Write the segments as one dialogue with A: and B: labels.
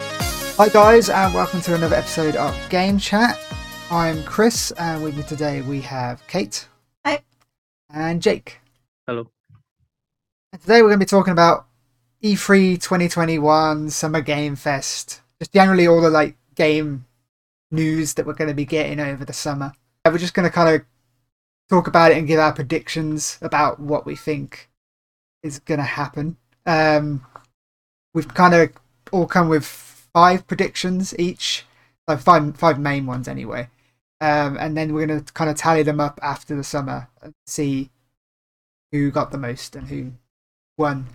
A: Hi, guys, and welcome to another episode of Game Chat. I'm Chris, and with me today we have Kate.
B: Hi.
A: And Jake.
C: Hello.
A: And today we're going to be talking about E E3 2021 Summer Game Fest. Just generally all the like game news that we're going to be getting over the summer. And we're just going to kind of talk about it and give our predictions about what we think is going to happen. Um, we've kind of all come with five predictions each, like five five main ones anyway. Um, and then we're going to kind of tally them up after the summer and see who got the most and who won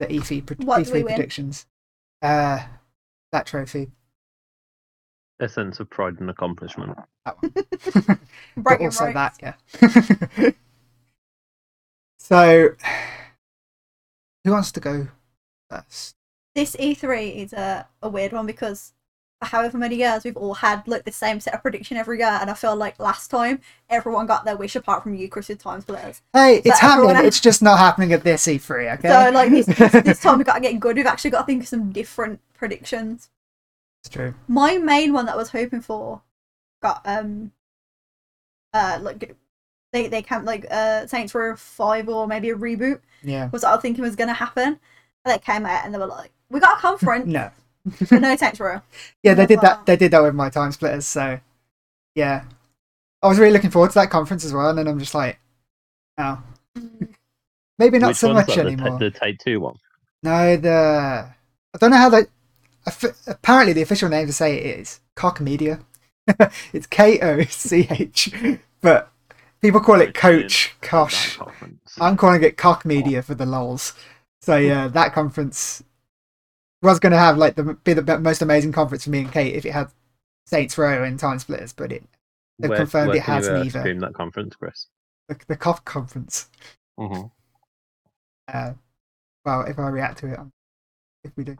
A: the E3, pred-
B: What do we
A: E3
B: win?
A: predictions. Uh, that trophy.
C: A sense of pride and accomplishment.
A: but
B: Breaking
A: also
B: rights.
A: that, yeah. so, who wants to go first?
B: This E3 is a, a weird one because for however many years we've all had like the same set of prediction every year, and I feel like last time everyone got their wish apart from you, Chris, with times blurs.
A: Hey, it's
B: But everyone
A: happening.
B: else-
A: It's just not happening at this E3, okay?
B: So like this, this, this time we got to get good. We've actually got to think of some different predictions.
A: it's true.
B: My main one that I was hoping for got um uh like they they can't like uh Saints Row five or maybe a reboot
A: Yeah.
B: was what I was thinking was gonna happen. And it came out and they were like, We got a conference,
A: No.
B: but no Saints Row.
A: Yeah, they
B: That's
A: did that.
B: what-
A: They did that with my time splitters. So, yeah, I was really looking forward to that conference as well, and then I'm just like, oh, maybe not
C: Which
A: so
C: one's
A: much
C: that?
A: anymore.
C: The, the Take Two one.
A: No, the I don't know how they. aff- Apparently, the official name to say it is Cock Media. it's K O C H, but people call it Coach Kosh.
C: That conference.
A: I'm calling it Cock Media for the lols. So yeah, that conference was going to have like the be the most amazing conference for me and Kate if it had Saints Row and Time Splitters, but it they've
C: Where-
A: confirmed
C: where
A: it
C: can you,
A: has
C: uh,
A: neither.
C: stream that conference, Chris.
A: the, the Cock conference. Uh, well, if I react to it, I'm- if we do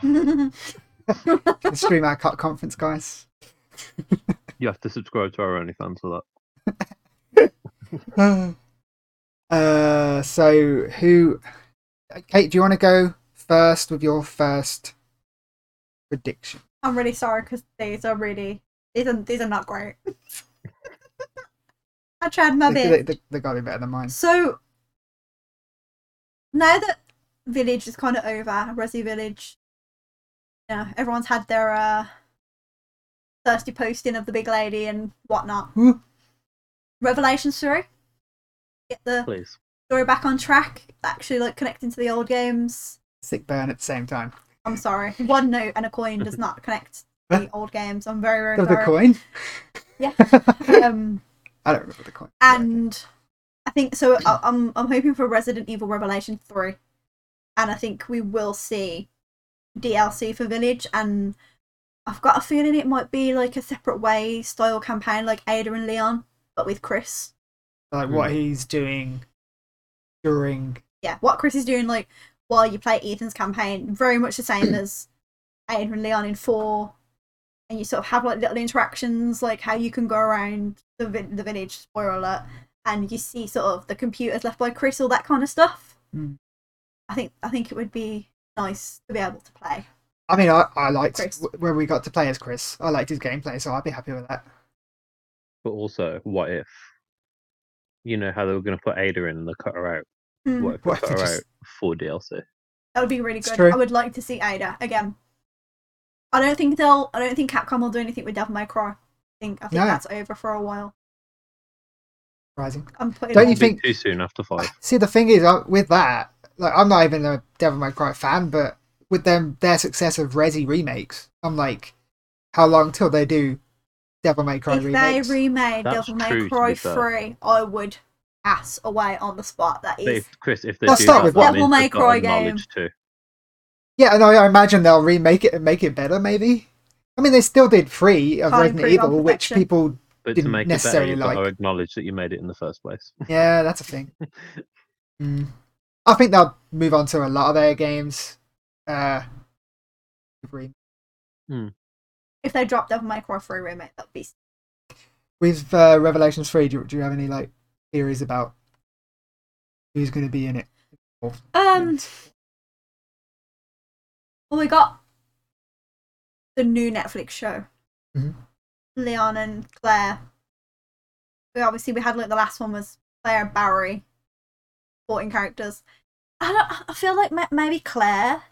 A: Let's stream our Cock conference, guys.
C: You have to subscribe to our OnlyFans for that.
A: uh, so who? Kate, do you want to go first with your first prediction?
B: I'm really sorry because these are really these are these are not great. I tried my
A: They-
B: best.
A: they, they, they got it better than mine.
B: So now that Village is kind of over, Resi Village, you know, everyone's had their uh, thirsty posting of the big lady and whatnot.
A: Whew.
B: Revelations three, get the
C: Please.
B: story back on track. Actually, like connecting to the old games.
A: Sick burn at the same time.
B: I'm sorry, one note and a coin does not connect to the old games. I'm very very
A: Got the
B: sorry.
A: coin.
B: Yeah.
A: I
B: Um,
A: don't remember the coin.
B: and I think so. I- I'm I'm hoping for Resident Evil Revelation three, and I think we will see DLC for Village, and I've got a feeling it might be like a separate way style campaign, like Ada and Leon, but with Chris.
A: like what he's doing during.
B: Yeah, what Chris is doing, like while you play Ethan's campaign, very much the same as Ada and Leon in four, and you sort of have like little interactions, like how you can go around the vi- the village. Spoiler alert. And you see sort of the computers left by Chris, all that kind of stuff.
A: Mm.
B: I think I think it would be nice to be able to play.
A: I mean, I, I liked
B: Chris.
A: w- when we got to play as Chris. I liked his gameplay, so I'd be happy with that.
C: But also, what if? You know how they were going to put Ada in and they cut her out.
B: Hmm,
C: What if
A: What if
C: they cut her
A: they just-
C: out for DLC?
B: That would be really
A: It's
B: good.
A: true.
B: I would like to see Ada again. I don't think they'll. I don't think Capcom will do anything with Devil May Cry. I think I think
A: No.
B: that's over for a while.
A: Rising.
B: I'm putting.
A: Don't
B: it
A: you
B: on-
C: It'd be
A: think-
C: too soon after five?
A: See, the thing is, I, with that, like, I'm not even a Devil May Cry fan, but with them their success of Resi remakes, I'm like, how long till they do Devil May Cry
B: if
A: remakes?
B: they remade
C: That's
B: Devil
C: true,
B: May
C: to
B: Cry
C: be fair.
B: three, I would ass away on the spot. That
C: But
B: is.
C: if, Chris, if they
A: Let's
C: do
A: start
C: that,
A: with
C: that
B: Devil
C: means
B: May
C: they've got
B: Cry
C: a knowledge too.
A: Yeah, and I, I imagine they'll remake it and make it better, maybe. I mean, they still did three of
B: Can't
A: Resident
B: improve on
A: Evil, which
B: perfection.
A: people.
C: But to
A: Didn't
C: make it better,
A: necessarily
C: you've got to
A: like-
C: acknowledge that you made it in the first place.
A: Yeah, that's a thing. Mm. I think they'll move on to a lot of their games. Uh, re-
B: If they drop Devil May Cry three remake, that'd be.
A: with uh, Revelations three, do, do you have any like theories about who's going to be in it?
B: Um. Well, we got Oh the new Netflix show.
A: Mhm.
B: Leon and Claire. We obviously we had like the last one was Claire and Barry, supporting characters. I don't. I feel like ma- maybe Claire,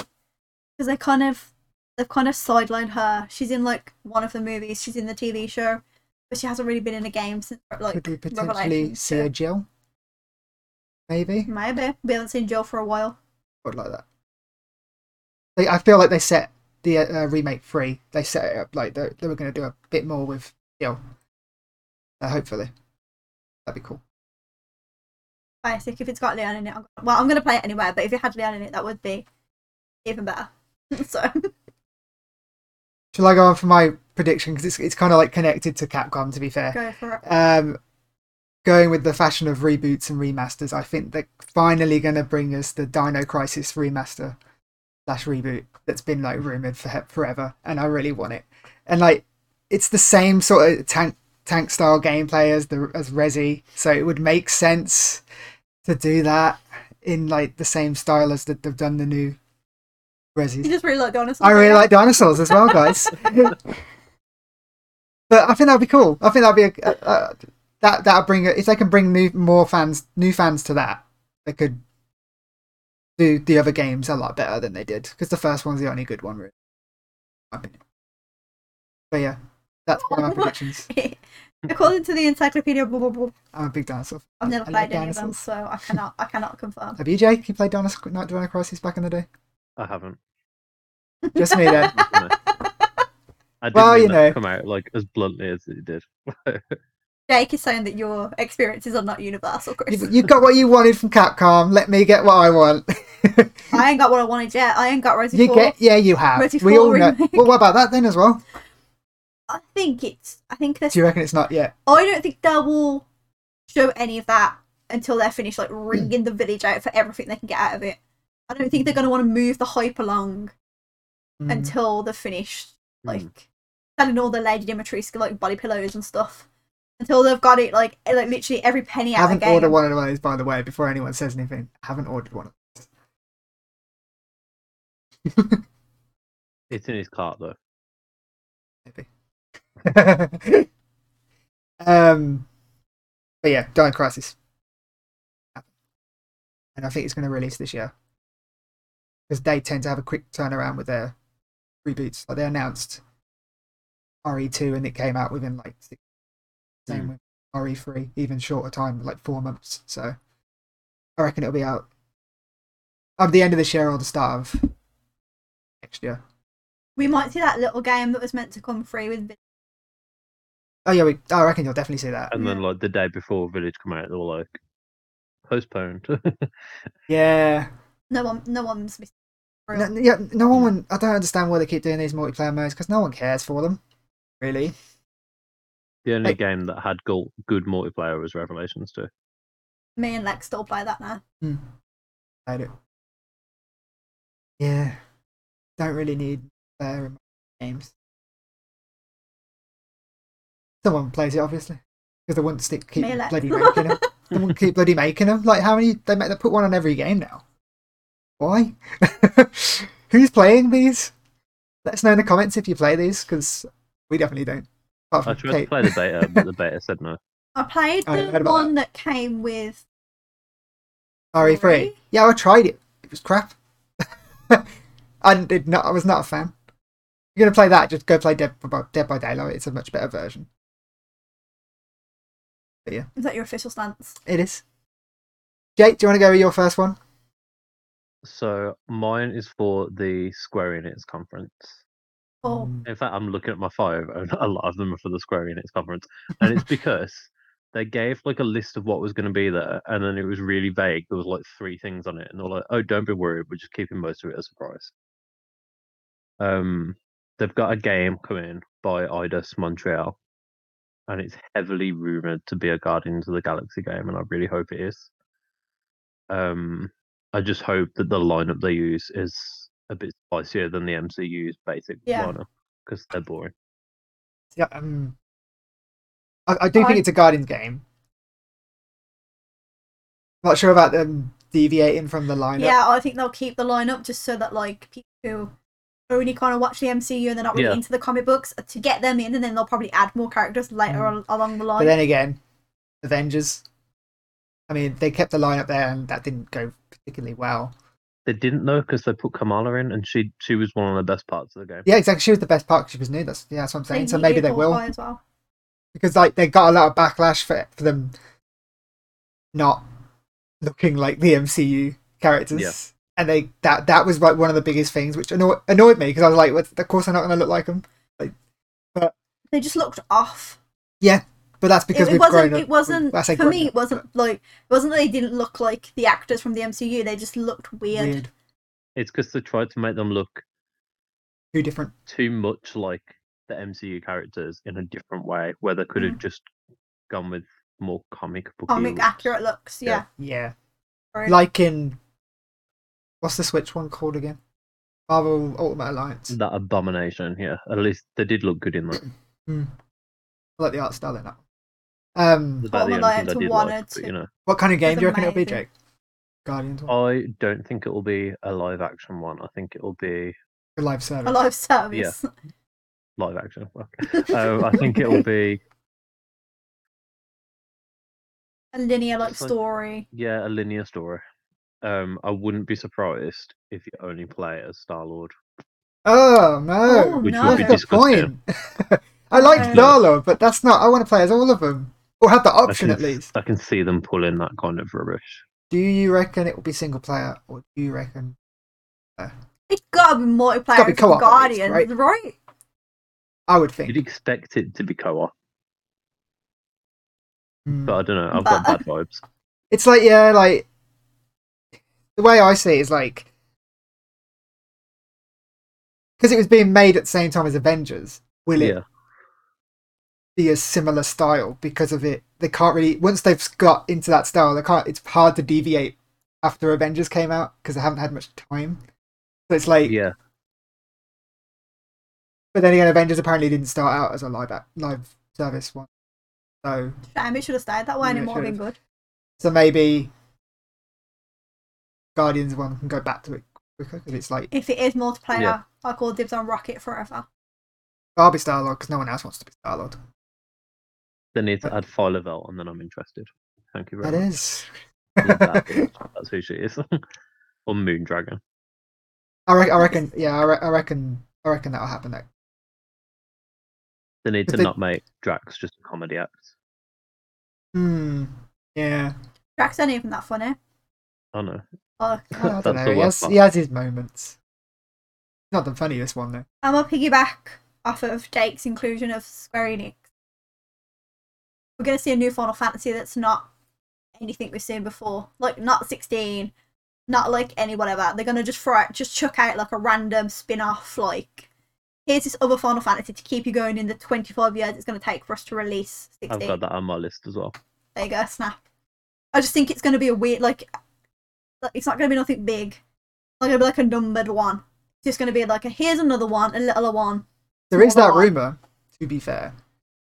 B: because they kind of they've kind of sidelined her. She's in like one of the movies. She's in the TV show, but she hasn't really been in a game since like
A: Could we potentially
B: Revelations,
A: see
B: yeah.
A: a Jill? Maybe?
B: maybe we haven't seen Jill for a while.
A: Or like that. They, I feel like they set the uh, uh, remake free. They set it up like they, they were going to do a bit more with Jill. Uh, hopefully. That'd be cool.
B: basic if it's got Leon in it. I'm, well, I'm gonna play it anyway, but if it had Leon in it, that would be even better. so
A: Shall I go on for my prediction? Because it's, it's kind of like connected to Capcom, to be fair.
B: go for it.
A: um, going with the fashion of reboots and remasters, I think they're finally going to bring us the Dino Crisis remaster slash reboot that's been like rumored for he- forever, and I really want it. And like, it's the same sort of tank tank style gameplay as the as Resi, so it would make sense to do that in like the same style as that they've done the new Resi.
B: You just really like the honest.
A: I really like dinosaurs as well, guys. but I think that'd be cool. I think that'd be a, a, a that that'd bring if they can bring new, more fans, new fans to that, they could do the other games a lot better than they did because the first one's the only good one, really. in my opinion. But yeah, that's one of my predictions.
B: According to the encyclopedia, blah, blah, blah,
A: I'm a big dinosaur. fan.
B: I've never
A: I like
B: played any of them,
A: dinosaurs.
B: so I cannot, I cannot confirm.
A: Have you, Jake? You played Dinosaur, Night Dino Crisis back in the day?
C: I haven't.
A: Just me then.
C: No. I didn't
A: Well,
C: mean
A: you
C: that
A: know.
C: to come out like as bluntly as it did.
B: Jake is saying that your experiences are not universal, Chris.
A: You've, you've got what you wanted from Capcom. Let me get what I want.
B: I ain't got what I wanted yet. I ain't got Rosie
A: You
B: Four.
A: get, yeah, you have.
B: Ready
A: We
B: for
A: all know.
B: remake.
A: Well, what about that then as well?
B: I think it's. I think this.
A: Do you reckon it's not yet?
B: I don't think they will show any of that until they're finished, like wringing the village out for everything they can get out of it. I don't think they're going to want to move the hype along
A: Mm.
B: until they're finished, like
C: Mm.
B: selling all the Lady Dimitrescu like body pillows and stuff. Until they've got it, like eh, like literally every penny
A: I
B: out of
A: haven't
B: the game.
A: ordered one of those, by the way, before anyone says anything. I haven't ordered one.
C: It's in his cart though.
A: um, but yeah, Dino Crisis. And I think it's going to release this year. Because they tend to have a quick turnaround with their reboots. Like they announced RE2 and it came out within like six. Same
C: Mm.
A: with RE3, even shorter time, like four months. So I reckon it'll be out at the end of this year or the start of next year.
B: We might see that little game that was meant to come free with.
A: Oh, yeah, we, I reckon you'll definitely see that.
C: And then like the day before Village come out, they were like postponed.
A: Yeah.
B: No one, no one's missing.
A: No, n- yeah, no one. I don't understand why they keep doing these multiplayer modes because no one cares for them, really.
C: the only
A: Like-
C: game that had go- good multiplayer was Revelations 2.
B: Me and Lex still play that now.
A: About it. Yeah, don't really need player in games. Someone plays it obviously because they want to stick, keep
B: Me and Lex.
A: bloody making them. Someone keep bloody making them. Like how many? They make they put one on every game now. Why? Who's playing these? Let us know in the comments if you play these because we definitely don't. Apart
C: I
A: from
C: tried to
A: Kate.
C: play the beta, but the beta said no.
B: I played
A: I
B: the
A: heard about
B: one that came with
A: RE3.
B: Sorry?
A: Yeah, I tried it. It was crap. I did not. I was not a fan. If you're gonna play that? Just go play Dead by, Dead by Daylight. It's a much better version.
B: Is that your official stance?
A: It is. Jake, do you want to go with your first one?
C: So mine is for the Square Enix conference.
A: Mm,
B: Oh,
C: In fact, I'm looking at my five, and a lot of them are for the Square Enix conference, and it's because they gave like a list of what was going to be there, and then it was really vague. There was like three things on it, and they're like, "Oh, don't be worried, we're just keeping most of it a surprise." Um, they've got a game coming by Eidos Montreal, and it's heavily rumored to be a Guardians of the Galaxy game, and I really hope it is. Um, I just hope that the lineup they use is a bit spicier than the MCU's basic
B: Yeah.
C: lineup because they're boring.
A: Yeah. Um, I, I do think
B: I-
A: it's a Guardians game. Not sure about them deviating from the lineup.
B: yeah. I think they'll keep the lineup just so that like people who only kind of watch the MCU and they're not really
C: Yeah.
B: into the comic books to get them in, and then they'll probably add more characters later
A: Mm.
B: on along the
A: But
B: line.
A: then again, Avengers. I mean, they kept the line up there, and that didn't go particularly well.
C: They didn't know because they put Kamala in, and she she was one of the best parts of the game.
A: Yeah, exactly. She was the best part. 'cause She was new. That's yeah, that's what I'm
B: They
A: saying. so
B: need
A: maybe they
B: Equal
A: will
B: Fire as well.
A: because like they got a lot of backlash for for them not looking like the MCU characters.
C: Yeah.
A: And they that that was like one of the biggest things which annoyed, annoyed me because I was like, "What- of course they're not going to look like them.
B: They just looked off.
A: But that's
B: It,
A: because
B: it
A: we've
B: wasn't.
A: grown up.
B: it wasn't.
A: I say
B: for
A: grown
B: me,
A: up,
B: it wasn't like. It wasn't that they didn't look like the actors from the MCU. They just looked
A: but
B: weird.
A: weird,
C: It's because they tried to make them look
A: two different.
C: too much like the MCU characters in a different way, where they could have
B: Mhm.
C: just gone with more comic book.
B: Comic accurate looks. Yeah.
C: Yeah.
A: Yeah,
B: Or-
A: like in what's the Switch one called again? Marvel Ultimate Alliance.
C: That abomination, yeah. At least they did look good in that.
A: I like the art style in that. one. Um,
C: They're the only
B: Abomination
C: things I
B: to
C: did
B: one
C: like,
B: or
C: but,
B: two.
C: you know,
A: what kind of game
B: It's
A: do you reckon it'll be,
B: amazing.
A: Jake? Guardians one,
C: I don't think it will be a live action one. I think it will be
A: The live service.
B: a live service.
C: live action. fuck. um, I think it will be
B: A linear like
C: It's like-
B: story.
C: yeah a linear story. Um, I wouldn't be surprised if you only play as Star Lord.
A: Oh no,
B: Oh,
C: Which
B: no.
C: would be
A: that's the
C: disgusting.
A: point. I like
B: Yeah.
A: Darla, but that's not. I want to play as all of them, or have the
C: I
A: option
C: can,
A: at least.
C: I can see them pulling that kind of rubbish.
A: Do you reckon it will be single player, or do you reckon?
B: It's gotta be multiplayer.
A: be
B: for
A: co-op at least,
B: Guardians,
A: right?
B: right?
A: I would think.
C: You'd expect it to be co-op,
A: Hmm.
C: but I don't know. I've got
B: But-
C: bad vibes.
A: It's like yeah, like the way I see it is like because it was being made at the same time as Avengers. Will it
C: Yeah.
A: be a similar style because of it? They can't really once they've got into that style, they can't. It's hard to deviate after Avengers came out because they haven't had much time. So it's like,
C: Yeah.
A: but then again, Avengers apparently didn't start out as a live act- live service one, so
B: Damn, it should have stayed that way, and
A: Yeah,
B: it
A: it
B: might have been good.
A: so maybe Guardians one can go back to it quicker because it's like
B: If it is multiplayer,
C: Yeah.
B: I call dibs on Rocket forever.
A: I'll be Star Lord because no one else wants to be Star Lord.
C: They need to add File Level, and then I'm interested. Thank you very
A: That
C: much.
A: is.
C: Yeah, that bitch. That's who she is. or Moon Dragon.
A: I, re- I reckon. Yeah, I, re- I reckon. I reckon that'll happen. Next.
C: They need
A: If
C: to
A: they-
C: not make Drax just a comedy act.
A: Hmm. Yeah.
B: Drax ain't even that funny.
C: I know.
B: Oh,
A: I don't
C: That's
A: know.
C: the
A: He has,
C: worst
A: he has his moments. Not the funniest one though.
B: I'm gonna piggyback off of Jake's inclusion of Square Enix. We're gonna see a new Final Fantasy that's not anything we've seen before. Like not 16, not like any whatever. They're gonna just throw out, just chuck out like a random spin-off. Like here's this other Final Fantasy to keep you going in the 25 years it's gonna take for us to release 16.
C: I've got that on my list as well.
B: There you go, snap. I just think it's going to be a weird, like, like, it's not going to be nothing big. It's not going to be like a numbered one. It's just going to be like a here's another one, a little one.
A: There is that
B: Smaller one.
A: rumor, to be fair,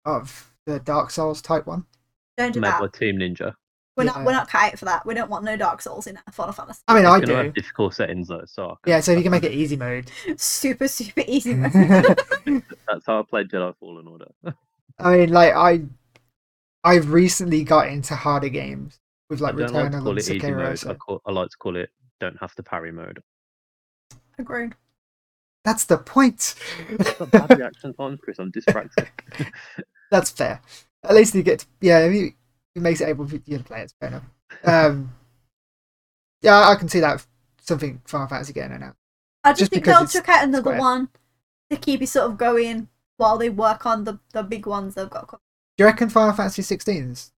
A: of the Dark Souls type one.
B: Don't do
C: Made
B: that.
C: by Team Ninja.
B: We're
A: Yeah.
B: not we're not cut out for that. We don't want no Dark Souls in a Final Fantasy.
A: I mean, I
C: It's gonna
A: do.
C: have difficult settings though, so I
A: Yeah. So if you can
C: I
A: make it easy mode.
B: Super super easy.
C: That's how I played Jedi Fallen Order.
A: I mean, like I, I've recently got into harder games with
C: I
A: like
C: don't
A: Returnal
C: like to
A: and
C: call it easy
A: Sekiro.
C: mode.
A: so-
C: I, call, I like to call it don't have to parry mode.
B: Agreed.
A: That's the point.
C: I've got bad reaction times, Chris. I'm dyspraxic.
A: That's fair. At least you get to, yeah, if you, it makes it able for you to play. It's fair enough. Um, yeah, I can see that something Final Fantasy getting announced.
B: I just,
A: Just
B: think
A: because
B: they'll
A: it's
B: chuck out another
A: Square.
B: one to keep you sort of going while they work on the the big ones they've got. coming.
A: Do you reckon Final Fantasy 16's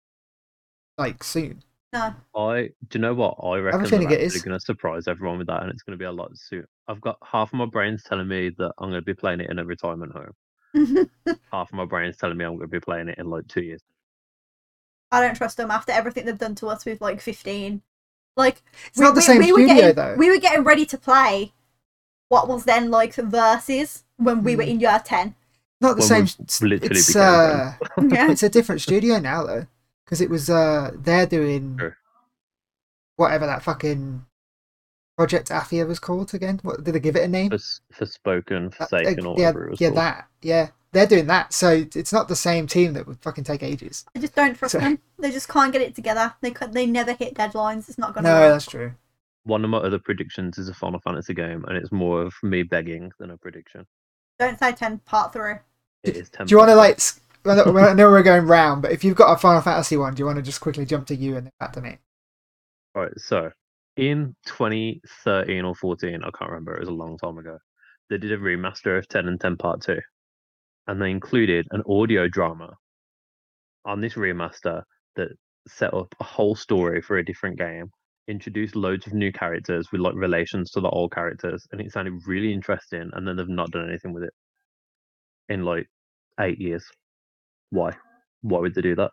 A: like soon?
B: No,
C: I do you know what I reckon?
A: feeling
C: they're
A: it is.
C: actually going to surprise everyone with that, and it's going to be a lot soon. I've got half of my brain's telling me that I'm going to be playing it in a retirement home. Half of my brain's telling me I'm going to be playing it in like two years.
B: I don't trust them after everything they've done to us with like 15. Like
A: It's not the same
B: were
A: studio,
B: getting,
A: though.
B: We were getting ready to play what was then like versus when we were
A: Mm.
B: in year ten.
A: Not the
C: Well,
A: same.
C: we've
A: s-
C: literally
A: it's,
C: became
A: uh,
C: friends.
B: Yeah,
A: it's a different studio now though, because it was uh, they're doing
C: Sure.
A: whatever that fucking Project Afia was called again? What did they give it a name?
C: for, s- for Spoken,
A: Mm. Uh, uh,
C: Forsaken, or
A: yeah,
C: whatever it was
A: yeah,
C: called.
A: that, yeah. They're doing that, so it's not the same team that would fucking take ages.
B: I just don't trust
A: So-
B: them. They just can't get it together. They c- they never hit deadlines. It's not gonna
A: No,
B: work.
A: that's true.
C: One of my other predictions is a Final Fantasy game, and it's more of me begging than a prediction.
B: Don't say ten part through.
C: It is temp-
A: Do you want to like? s- I know- I know we're going round, but if you've got a Final Fantasy one, do you want to just quickly jump to you and then back to me?
C: All right, so in 2013 or 14, I can't remember, it was a long time ago, they did a remaster of 10 and 10 Part 2, and they included an audio drama on this remaster that set up a whole story for a different game, introduced loads of new characters with like relations to the old characters, and it sounded really interesting, and then they've not done anything with it in like eight years. Why? Why would they do that?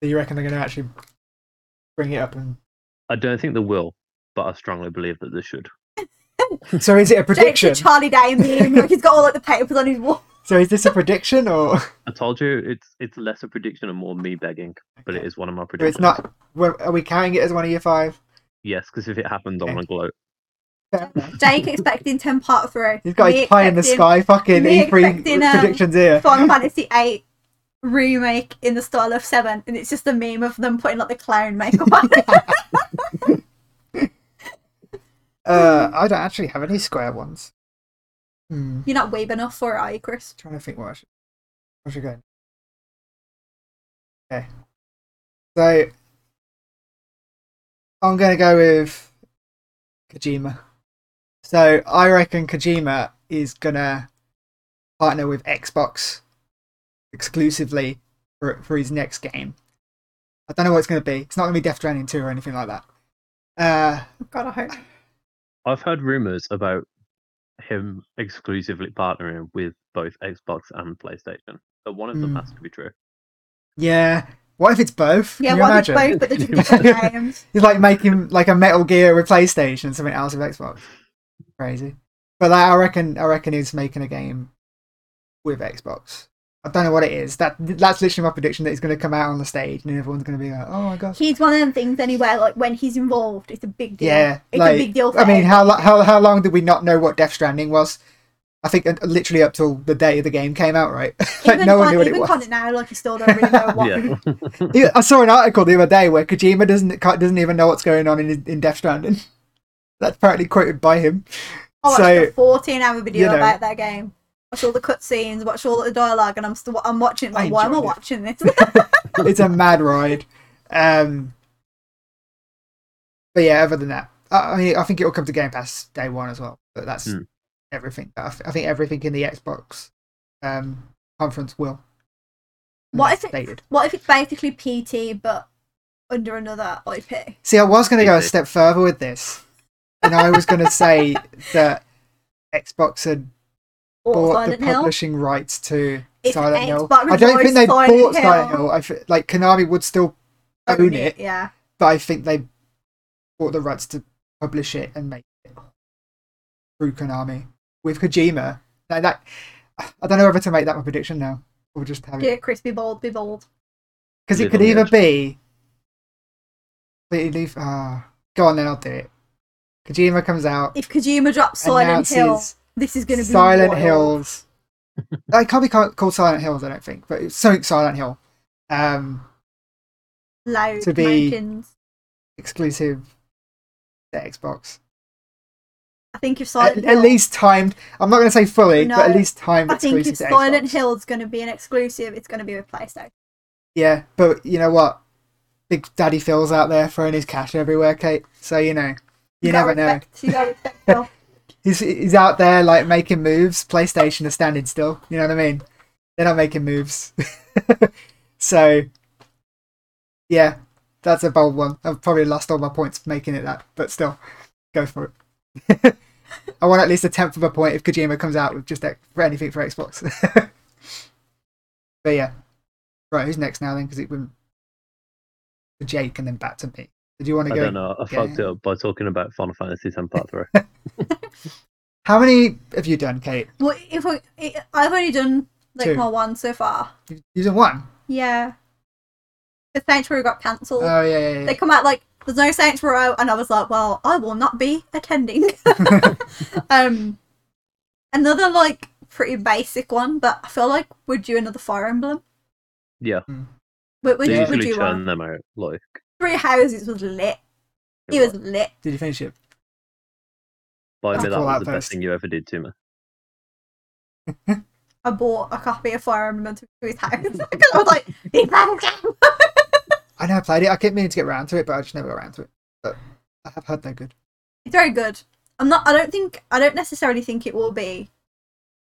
A: Do you reckon they're going to actually bring it up? And
C: I don't think they will, but I strongly believe that they should.
A: so, is it a prediction?
B: Jake's a Charlie Day meme. like he's got all like the papers on his wall.
A: So, is this a prediction or?
C: I told you it's it's less a prediction and more me begging, but it is one of my
A: So
C: predictions.
A: it's not. Well, are we counting it as one of your five?
C: Yes, because if it happens, I'm
A: Okay.
C: gonna gloat.
A: Fair enough.
B: Jake expecting ten part through.
A: He's got
B: Me
A: his pie in the
B: expecting
A: sky fucking
B: me
A: E3
B: expecting, um,
A: predictions here.
B: Final Fantasy VIII remake in the style of Seven, and it's just a meme of them putting like the clown makeup on.
A: Uh, I don't actually have any square ones. Hmm.
B: You're not weeb enough for it, are you, Chris?
A: Trying to think what I should, what I should go. Okay. So I'm gonna go with Kojima. So I reckon Kojima is gonna partner with Xbox exclusively for for his next game. I don't know what it's gonna be. It's not gonna be Death Stranding 2 or anything like that. Uh,
B: God, I hope.
C: I've heard rumors about him exclusively partnering with both Xbox and PlayStation, but one of them
A: Hmm.
C: has to be true.
A: yeah. What if it's both?
B: Yeah,
A: Can you
B: what
A: imagine?
B: did both, but they're just different games.
A: He's like making like a Metal Gear with PlayStation and something else with Xbox. Crazy. But like, I reckon I reckon he's making a game with Xbox. I don't know what it is. That that's literally my prediction that he's going to come out on the stage and everyone's going to be like, "Oh my gosh."
B: He's one of them things anyway. Like when he's involved, it's a big deal.
A: Yeah,
B: it's
A: like
B: a big deal. For
A: I mean,
B: him.
A: how lo- how how long did we not know what Death Stranding was? I think uh, literally up till the day the game came out, right? like
B: even
A: no one
B: Con-
A: knew what it
B: even
A: was.
B: Content now, like you still don't really know what.
C: Yeah,
A: Yeah, I saw an article the other day where Kojima doesn't can't- doesn't even know what's going on in in Death Stranding. That's apparently quoted by him.
B: I watched
A: So,
B: a 14 hour video
A: you know-
B: about that game. Watch all the cutscenes, watch all the dialogue, and I'm still I'm watching. it,
A: I
B: Like, why am I
A: enjoyed it.
B: watching this?
A: it's a mad ride. Um, but yeah, other than that, I, I mean, I think it'll come to Game Pass day one as well. But that's
C: Hmm.
A: everything. I, th- I think everything in the Xbox um, conference will.
B: What if it-
A: Stated.
B: what if it's basically PT but under another IP?
A: See, I was going to go a
C: Easy.
A: step further with this, and I was going to say that Xbox had
B: Or
A: bought the
B: Silent Hill?
A: publishing rights to
B: It's
A: Silent
B: Xbox
A: Hill. I don't think
B: Rejoice
A: they
B: Silent
A: bought Silent
B: Hill.
A: Hill. I f- like Konami would still own,
B: Own
A: it,
B: Yeah.
A: but I think they bought the rights to publish it and make it through Konami with Kojima. Now that I don't know whether to make that my prediction now or just have
B: Yeah,
A: it
B: Chris, be bold, be bold.
A: because it
C: Live
A: could
C: on the
A: either
C: edge.
A: be completely leave. Ah, go on then, I'll do it. Kojima comes out,
B: If Kojima drops Silent
A: announces
B: Hill, this is going to be
A: Silent
B: wild.
A: Hills. it can't be ca- called Silent Hills, I don't think, but it's something Silent Hill. Um,
B: Loud
A: to be-
B: mountains.
A: exclusive to Xbox.
B: I think if Silent
A: At, at
B: Hill,
A: least timed. I'm not going to say fully, but at
B: No,
A: least timed
B: I think
A: exclusive
B: if
A: to Xbox.
B: Silent Hill's going to be an exclusive, it's going to be with PlayStation.
A: Yeah, but you know what? Big Daddy Phil's out there throwing his cash everywhere, Kate. So you know, you,
B: gotta
A: never know.
B: respect, You got respect Phil.
A: He's he's out there like making moves. PlayStation are standing still. You know what I mean? They're not making moves. so yeah, that's a bold one. I've probably lost all my points making it that, but still, go for it. I want at least a tenth of a point if Kojima comes out with just ex- for anything for Xbox. but yeah, right. Who's next now then? Because it went to Jake and then back to me. Did you want to
C: I
A: go?
C: don't know. I fucked it up by talking about Final Fantasy 10 Part 3.
A: How many have you done, Kate?
B: Well, if I, i I've only done like
A: Two.
B: my one so far.
A: You- You've done one.
B: Yeah. The Sanctuary got cancelled.
A: Oh yeah, yeah, yeah.
B: They come out like There's no Saints Row, and I was like, well, I will not be attending. um, another like pretty basic one, but I feel like would you another Fire Emblem?
C: Yeah.
A: Mm.
B: Would, would,
C: They
B: you
A: Yeah.
B: would
C: usually
B: you
C: churn
B: one?
C: them out. Like
B: Three Houses was lit. It was lit.
A: Did you finish it?
C: by
A: I'll
C: me, that
A: call
C: was
A: out
C: the best
A: first.
C: thing you ever did to me.
B: I bought a copy of Fire Emblem to his house. 'Cause I was like, he played a game.
A: I know I played it. I kept meaning to get around to it, but I just never got around to it. But I have heard they're good.
B: It's very good. I'm not. I don't think. I don't necessarily think it will be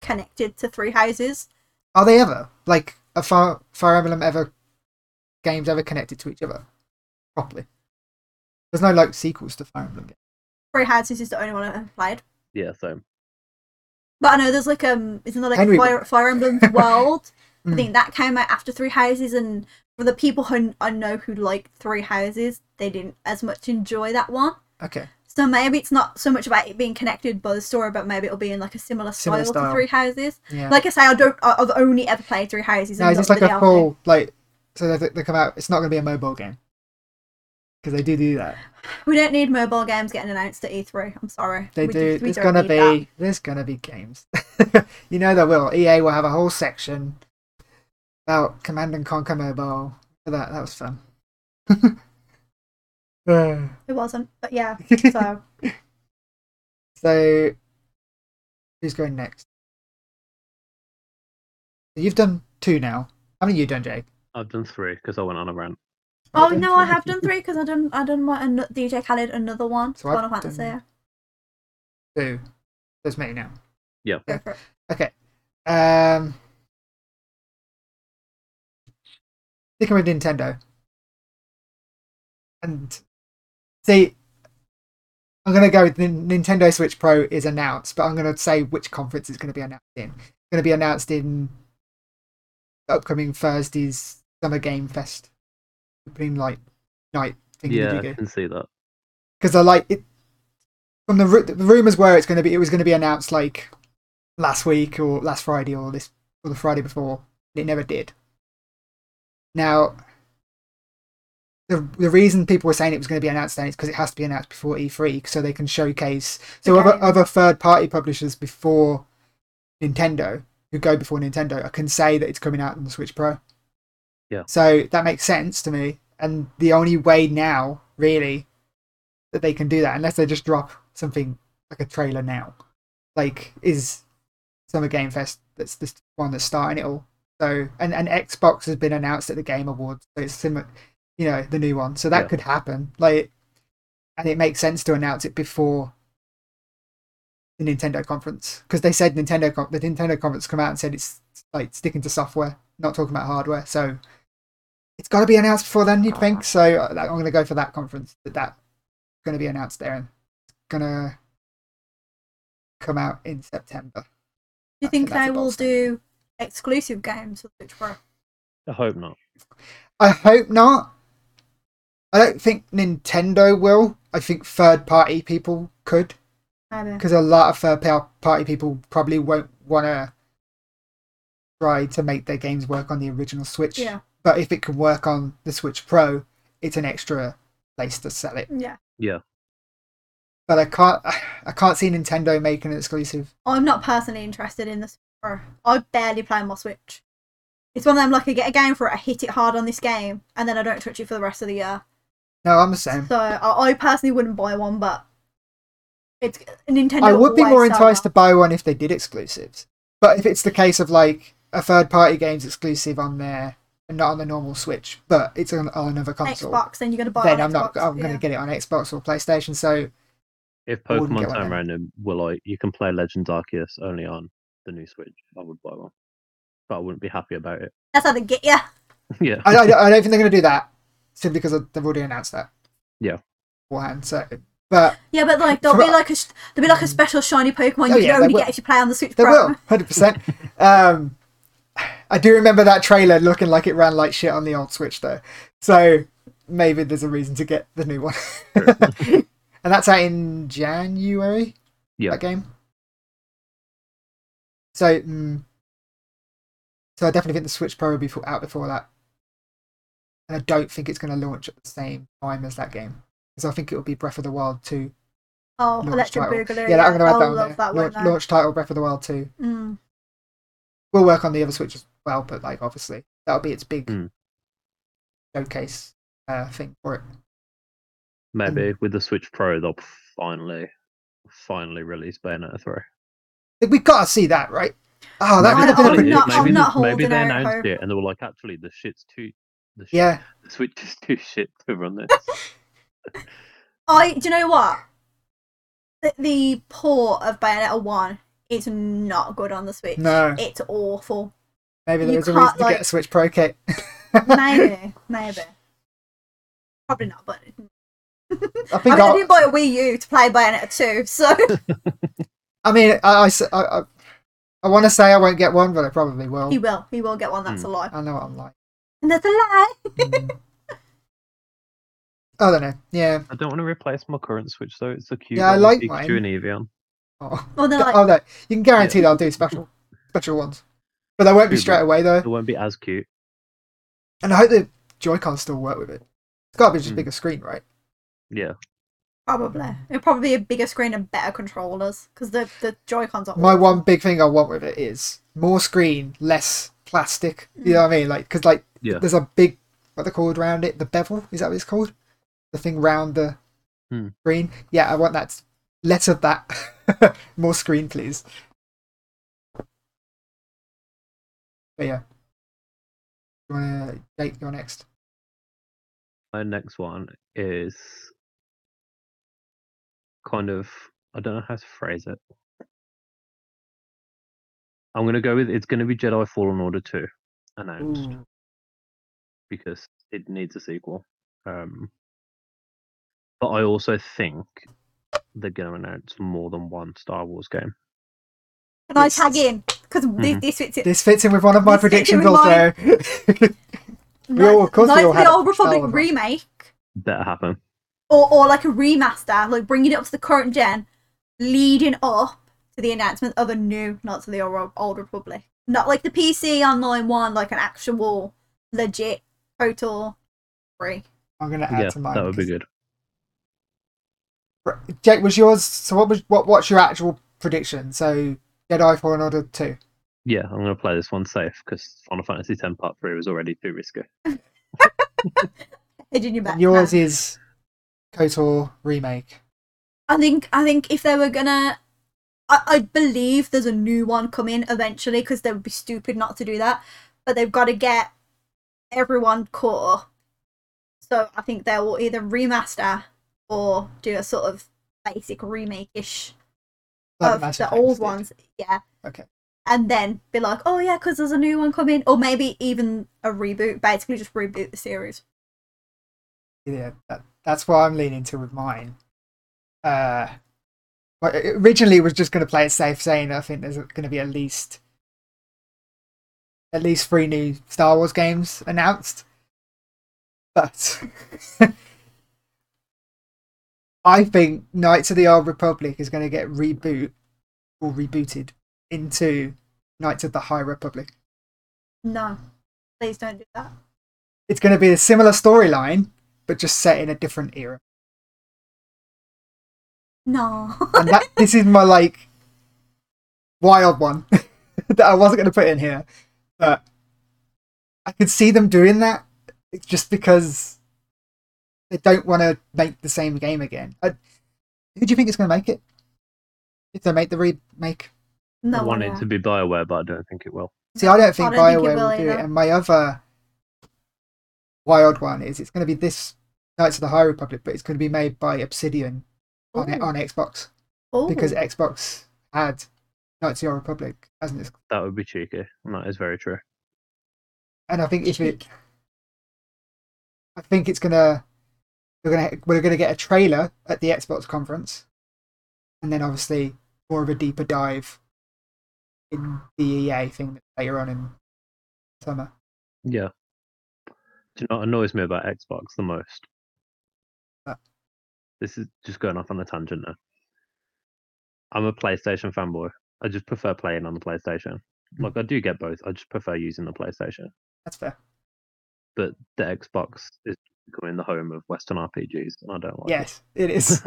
B: connected to Three Houses.
A: Are they ever like a Fire, Fire Emblem ever games ever connected to each other properly? There's no like sequels to Fire Emblem. games.
B: Three Houses is the only one I've played.
C: Yeah, so
B: But I know there's like um, isn't there like
A: Henry-
B: Fire, Fire Emblem World? I
A: Mm.
B: think that came out after Three Houses, and for the people who I know who like Three Houses, they didn't as much enjoy that one.
A: Okay,
B: So maybe it's not so much about it being connected by the story, but maybe it'll be in like a similar style,
A: Similar
B: to
A: style.
B: Three Houses.
A: yeah.
B: Like I say, I don't. I- I've only ever played Three Houses.
A: no,
B: and
A: is
B: not
A: this like
B: the
A: a
B: DLC.
A: full like? So they they come out. It's not going to be a mobile game because they do do that.
B: We don't need mobile games getting announced at E3. I'm sorry.
A: They
B: we
A: do.
B: just- we
A: There's
B: don't
A: gonna
B: need
A: be
B: that.
A: there's gonna be games. you know there will. EA will have a whole section about Command and Conquer Mobile. That that was fun. Uh,
B: It wasn't, but yeah. So
A: so who's going next? You've done two now. How many you done, Jake?
C: I've done three because I went on a rant.
B: oh no, I have done three because I done I done my an- DJ Khaled another one.
A: So I've
B: Final Fantasy.
A: done- Two. There's me now.
B: Go for it.
A: Okay. Um sticking with Nintendo. And see I'm gonna go with Nin- Nintendo Switch Pro is announced, but I'm gonna say which conference it's gonna be announced in. It's gonna be announced in the upcoming Thursday's Summer Game Fest. Green light night thing
C: Yeah,
A: you
C: I
A: do
C: can see that.
A: because I like it. From the ru- the rumors were it's going to be it was going to be announced like last week or last Friday or this or the Friday before. and It never did. Now, the the reason people were saying it was going to be announced then is because it has to be announced before E3 so they can showcase so
B: The
A: other
B: game.
A: other third party publishers before Nintendo who go before Nintendo can say that it's coming out on the Switch Pro.
C: Yeah.
A: So that makes sense to me, and the only way now really that they can do that unless they just drop something like a trailer now like is summer game fest that's the one that's starting it all so and, and xbox has been announced at the game awards so it's similar you know the new one so that
C: Yeah.
A: could happen like and it makes sense to announce it before the nintendo conference because they said nintendo con- the nintendo conference come out and said it's like sticking to software not talking about hardware so it's got to be announced before then you'd think so uh, i'm going to go for that conference that that going to be announced there and it's going to come out in september
B: Do you
A: I think
B: think
A: that's
B: they
A: a bold
B: will
A: statement.
B: do exclusive games for Switch Pro?
C: I hope not.
A: I hope not. I don't think Nintendo will. I think third party people could
B: Maybe.
A: because a lot of third pa- party people probably won't want to try to make their games work on the original Switch.
B: Yeah.
A: But if it can work on the Switch Pro, it's an extra place to sell it.
B: Yeah.
A: But I can't I can't see Nintendo making an exclusive.
B: I'm not personally interested in the Switch Pro. I barely play my Switch. It's one of them like I get a game for it, I hit it hard on this game, and then I don't touch it for the rest of the year.
A: No, I'm the same.
B: So I, I personally wouldn't buy one, but it's Nintendo.
A: I would be
B: always
A: more
B: sell
A: enticed
B: that.
A: to buy one if they did exclusives. But if it's the case of like a third party game's exclusive on there and not on the normal Switch, but it's on, on another console,
B: Xbox, then you're gonna buy. it
A: then
B: on
A: I'm not.
B: Xbox,
A: I'm
B: yeah.
A: going to get it on Xbox or PlayStation. So
C: If
A: I wouldn't
C: Pokemon
A: get one
C: turn
A: then.
C: around and were like, you can play Legends Arceus only on the new Switch, I would buy one. But I wouldn't be happy about it.
B: That's how they get you.
C: yeah.
A: I, I, I don't think they're going to do that simply because they've already announced that.
C: Yeah.
A: Beforehand, so but
B: Yeah, but like there'll be
A: For-
B: like a sh- there'll be like a special shiny Pokemon
A: Mm. Oh,
B: you
A: yeah,
B: can
A: they
B: only
A: will.
B: get if you play on the Switch
A: They
B: Pro.
A: will, hundred percent. Um, I do remember that trailer looking like it ran like shit on the old Switch though, so maybe there's a reason to get the new one. and that's out in January.
C: Yeah.
A: That game. So, mm, so I definitely think the Switch Pro will be fo- out before that, and I don't think it's going to launch at the same time as that game. because I think it will be Breath of the Wild 2.
B: Oh,
A: launch
B: Electric
A: title.
B: Boogaloo.
A: Yeah, that, I'm going to add
B: I'll
A: that on
B: love
A: there.
B: that
A: launch,
B: one.
A: launch title Breath of the Wild 2.
B: though. Mm.
A: We'll work on the other Switch as well, but like obviously that'll be its big
C: Hmm.
A: showcase uh, thing for it. Um,
C: Maybe with the Switch Pro, they'll finally, finally release Bayonetta 3.
A: Like, we got to see that, right? Oh, that
B: Maybe
A: would have
B: that's
A: been a good
C: maybe,
B: what I'm not-
A: picture.
B: I'm
C: maybe,
B: not
C: maybe
B: holding
C: they
B: out
C: announced
B: hope.
C: it and they were like, actually, the shit's too. The shit,
A: Yeah,
C: The Switch is too shit to run this.
B: I Oh, do you know what? The, the port of Bayonetta One is not good on the Switch.
A: No.
B: it's awful.
A: maybe
B: you
A: there was a
B: can't,
A: reason to
B: like-
A: get a Switch Pro kit.
B: Maybe, maybe, probably not. But
A: I
B: I
A: think
B: mean, I
A: I'll-
B: didn't buy a Wii U to play Bayonetta Two, so
A: I mean, I, I, s- I, want to say I won't get one, but I probably will.
B: he will. He will get one. That's
C: Hmm.
B: a lie.
A: I know what I'm like.
B: And that's a lie.
A: Mm. I don't know. Yeah.
C: I don't want to replace my current Switch though. It's a cute.
A: Yeah, I
C: little
A: like
C: Pikachu
A: mine.
C: and Evian.
A: Oh,
B: Well, then like,
A: oh no, you can guarantee they'll do special, special ones, but they won't be
C: True,
A: straight
C: but-
A: away
C: It
A: though.
C: won't be as cute.
A: And I hope the Joy-Cons still work with it. It's got to be just
C: Mm.
A: bigger screen, right?
C: Yeah.
B: probably it'll probably be a bigger screen and better controllers because the the Joy Cons are.
A: My
B: awful.
A: one big thing I want with it is more screen, less plastic. You
B: Hmm.
A: know what I mean? Like, because like
C: Yeah.
A: there's a big what they're called round it, the bevel. Is that what it's called? The thing round the
C: Hmm.
A: screen. Yeah, I want that. Less of that. more screen, please. But yeah. You want to Jake? You're next.
C: My next one is kind of I don't know how to phrase it. I'm gonna go with it's gonna be Jedi Fallen Order two announced
A: Ooh.
C: because it needs a sequel. Um, but I also think they're gonna announce more than one Star Wars game.
B: Can I tag in? Because
A: Mm-hmm.
C: Mhm.
B: this, this fits it.
A: This fits in with one of my
B: This fits in
A: predictions,
B: with
A: also. we all- of course we
B: like
A: all had
B: the
A: a
B: Old Republic
A: Star Wars.
B: remake,
C: Better happen.
B: or or like a remaster, like bringing it up to the current gen, leading up to the announcement of a new, not to the old, old Republic, not like the PC online one, like an actual legit total free.
A: I'm gonna add
C: Yeah,
A: to mine.
C: that would be
A: because-
C: good.
A: Jake, was yours? So what was what? What's your actual prediction? So Jedi Fallen Order two.
C: Yeah, I'm gonna play this one safe because Final Fantasy X Part Three was already too risky.
B: Edge in your back.
A: And yours
B: man.
A: is KOTOR remake.
B: I think I think if they were gonna, I, I believe there's a new one coming eventually because they would be stupid not to do that. But they've got to get everyone caught up. So I think they will either remaster or do a sort of basic remake ish
A: Like
B: of
A: Mass
B: the
A: Effect
B: old
A: did.
B: ones. Yeah.
A: Okay.
B: And then be like, oh yeah, because there's a new one coming, or maybe even a reboot. Basically, just reboot the series.
A: Yeah, that, that's what I'm leaning to with mine. Uh, but it- originally was just going to play it safe, saying I think there's going to be at least at least three new Star Wars games announced. But I think Knights of the Old Republic is going to get reboot or rebooted into Knights of the High Republic.
B: No, please don't do that.
A: it's going to be a similar storyline, but just set in a different era.
B: No.
A: And that this is my like wild one that I wasn't going to put in here, but I could see them doing that It's just because they don't want to make the same game again. I, who do you think is going to make it? If they make the remake,
B: no
C: I
B: one
C: want it
B: will.
C: to be Bioware, but I don't think it will.
A: see, I don't think
B: don't think it
A: Bioware
B: will
A: will do it.
B: either.
A: And my other wild one is it's going to be this Knights of the High Republic, but it's going to be made by Obsidian on,
B: Ooh.
A: on Xbox.
B: Ooh.
C: Oh.
A: because Xbox had Knights of the Old Republic as an ex-
C: That would be cheeky, and that is very true.
A: and I think if it, I think it's gonna, we're gonna we're gonna get a trailer at the Xbox conference, and then obviously more of a deeper dive in the EA thing later on in summer.
C: Yeah. Do you know what annoys me about Xbox the most?
A: What?
C: This is just going off on a tangent now. I'm a PlayStation fanboy. I just prefer playing on the PlayStation.
A: Hmm.
C: Like I do get both. I just prefer using the PlayStation.
A: That's fair.
C: But the Xbox is becoming the home of Western RPGs, and I don't like it.
A: Yes, it is.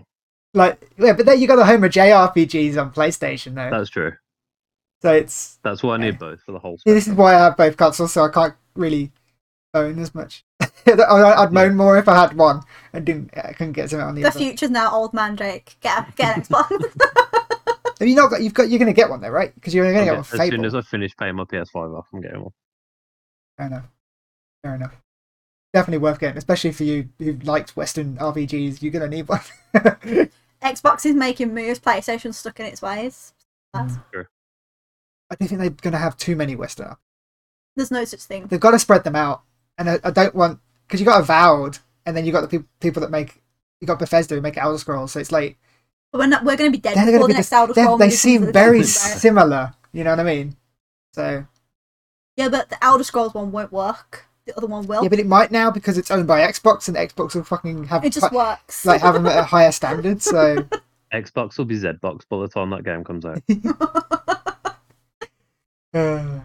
A: like, yeah, but then you got the home of JRPGs on PlayStation, though.
C: That's true.
A: so it's
C: That's why I
A: Yeah.
C: need both for the whole.
A: yeah, this is
C: spectrum.
A: why I have both consoles, so I can't really moan as much. I- I'd moan more if I had one and didn't I couldn't get something on the
B: The
A: other.
B: future's now old man Jake. Get a- get an Xbox.
A: Have you not got? You've got. You're gonna get one though, right? Because you're gonna
C: Okay,
A: get one
C: as
A: for Fable.
C: soon as I finish paying my PS5 off, I'm getting one.
A: Fair enough. Fair enough. Definitely worth getting, especially for you who liked Western RPGs. You're gonna need one.
B: Xbox is making moves. PlayStation's stuck in its ways. That's-
A: I don't think they're gonna have too many Western. RPGs.
B: There's no such thing.
A: They've got to spread them out, and I, I don't want because you got Avowed, and then you got the peop people that make you got Bethesda who make Elder Scrolls. So it's like
B: But we're not. We're going to be dead
A: they're gonna
B: before
A: be
B: the
A: the-
B: next Elder
A: they,
B: Scrolls.
A: they seem very
C: difference.
A: similar. You know what I mean? So
B: Yeah, but the Elder Scrolls one won't work. The other one will.
A: yeah, but it might now because it's owned by Xbox, and Xbox will fucking have
B: it just
A: hu-
B: works.
A: like have them at a higher standard. So
C: Xbox will be Zbox by the time that game comes out.
A: Uh,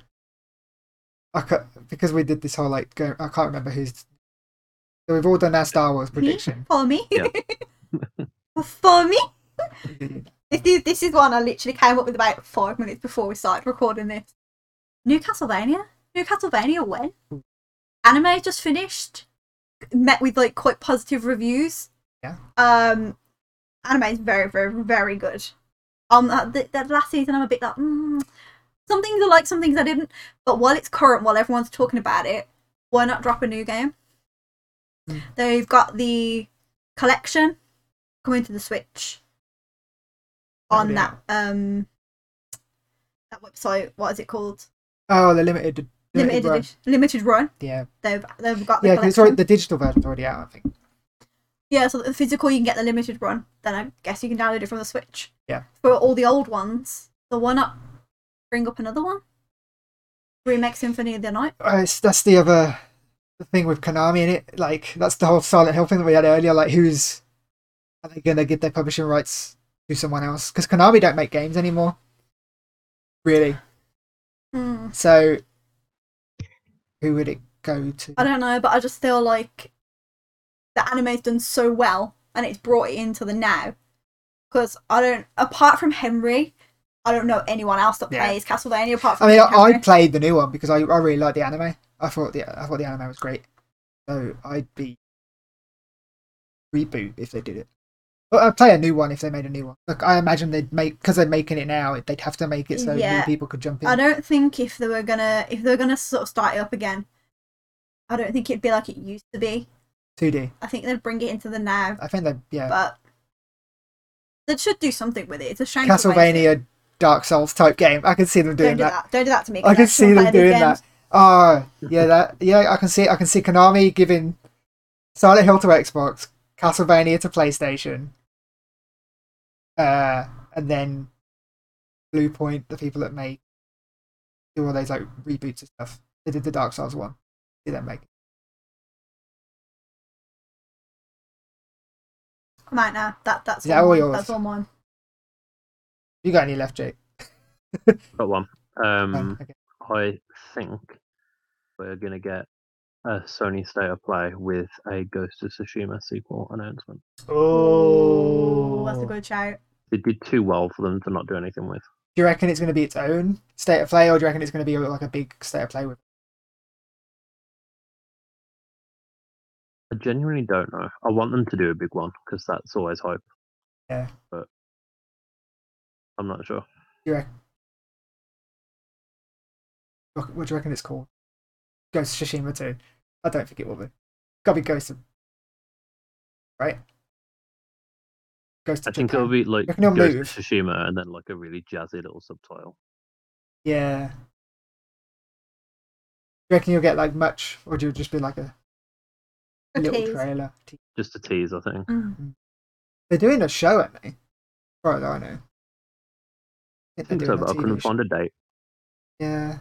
A: I ca because we did this whole like go, I can't remember who's. So we've all done our Star Wars prediction.
B: For me.
C: Yeah.
B: For me. This is, this is one I literally came up with about five minutes before we started recording this. New Castlevania? New Castlevania when? Anime just finished. Met with like quite positive reviews.
A: Yeah.
B: Um, anime is very, very, very good. Um, that, that, that last season I'm a bit like, mm, some things I like, some things I didn't. But while it's current, while everyone's talking about it, why not drop a new game?
A: Mm.
B: They've got the collection coming to the Switch
A: That'll
B: on
A: be
B: that um that website. What is it called?
A: Oh, the limited
B: Limited
A: run.
B: edition, limited run.
A: Yeah,
B: They've they've got the
A: yeah. 'cause it's already,
B: collection.
A: the digital version's already out. I think.
B: yeah. So the physical you can get the limited run. Then I guess you can download it from the Switch.
A: Yeah.
B: For all the old ones, so why not bring up another one? Remake Symphony of the Night.
A: Uh, it's, that's the other thing with Konami in it. Like that's the whole Silent Hill thing that we had earlier. Like who's are they gonna give their publishing rights to someone else? Because Konami don't make games anymore. Really.
B: Hmm.
A: So who would it go to?
B: I don't know, but I just feel like the anime's done so well and it's brought it into the now. Because I don't, apart from Henry, I don't know anyone else that
A: Yeah.
B: plays Castlevania apart from.
A: I mean, I,
B: Henry.
A: I played the new one because I, I really liked the anime. I thought the I thought the anime was great, so I'd be reboot if they did it. But I'd play a new one if they made a new one. Like I imagine they'd make because they're making it now. They'd have to make it so new
B: Yeah.
A: people could jump in.
B: I don't think if they were gonna if they were gonna sort of start it up again, I don't think it'd be like it used to be.
A: 2D.
B: I think they'd bring it into the now,
A: I think they yeah.
B: but they should do something with it. It's a shame. to waste it.
A: Castlevania, Dark Souls type game. I could see them
B: Don't
A: doing
B: do
A: that.
B: that. Don't do that to me.
A: I
B: 'cause
A: can
B: still
A: see them
B: play these
A: doing
B: games.
A: that. Oh yeah, that yeah. I can see I can see Konami giving Silent Hill to Xbox, Castlevania to PlayStation, uh, and then Blue Point, the people that make do all those like reboots and stuff. They did the Dark Souls one. Did that make?
B: Come out now. That that's
A: Is that
B: all
A: all
B: mine.
A: yours?
B: That's all mine.
A: You got any left, Jake?
C: Got one. Um,
A: okay.
C: I think we're gonna get a Sony State of Play with a Ghost of Tsushima sequel announcement.
B: Ooh,
A: Oh.
B: that's a good shout.
C: They did too well for them to not do anything with.
A: Do you reckon it's going to be its own state of play, or do you reckon it's going to be like a big state of play with?
C: I genuinely don't know. I want them to do a big one because that's always hype.
A: Yeah.
C: But I'm not sure.
A: What do you reckon it's called? Ghost of Tsushima 2. I don't think it will be. Gotta be Ghost of. Right? Ghost
C: I
A: of
C: think
A: Japan.
C: it'll be like
A: Reckon it'll
C: Ghost
A: move.
C: of Tsushima and then like a really jazzy little subtitle.
A: Yeah. Do you reckon you'll get like much, or do you just be like a,
B: A
A: little
B: tease.
A: trailer? te-
C: Just a tease, I think.
B: Mm.
A: They're doing a show, aren't they? Right, I know.
C: I think so, but I couldn't find a date.
A: Yeah.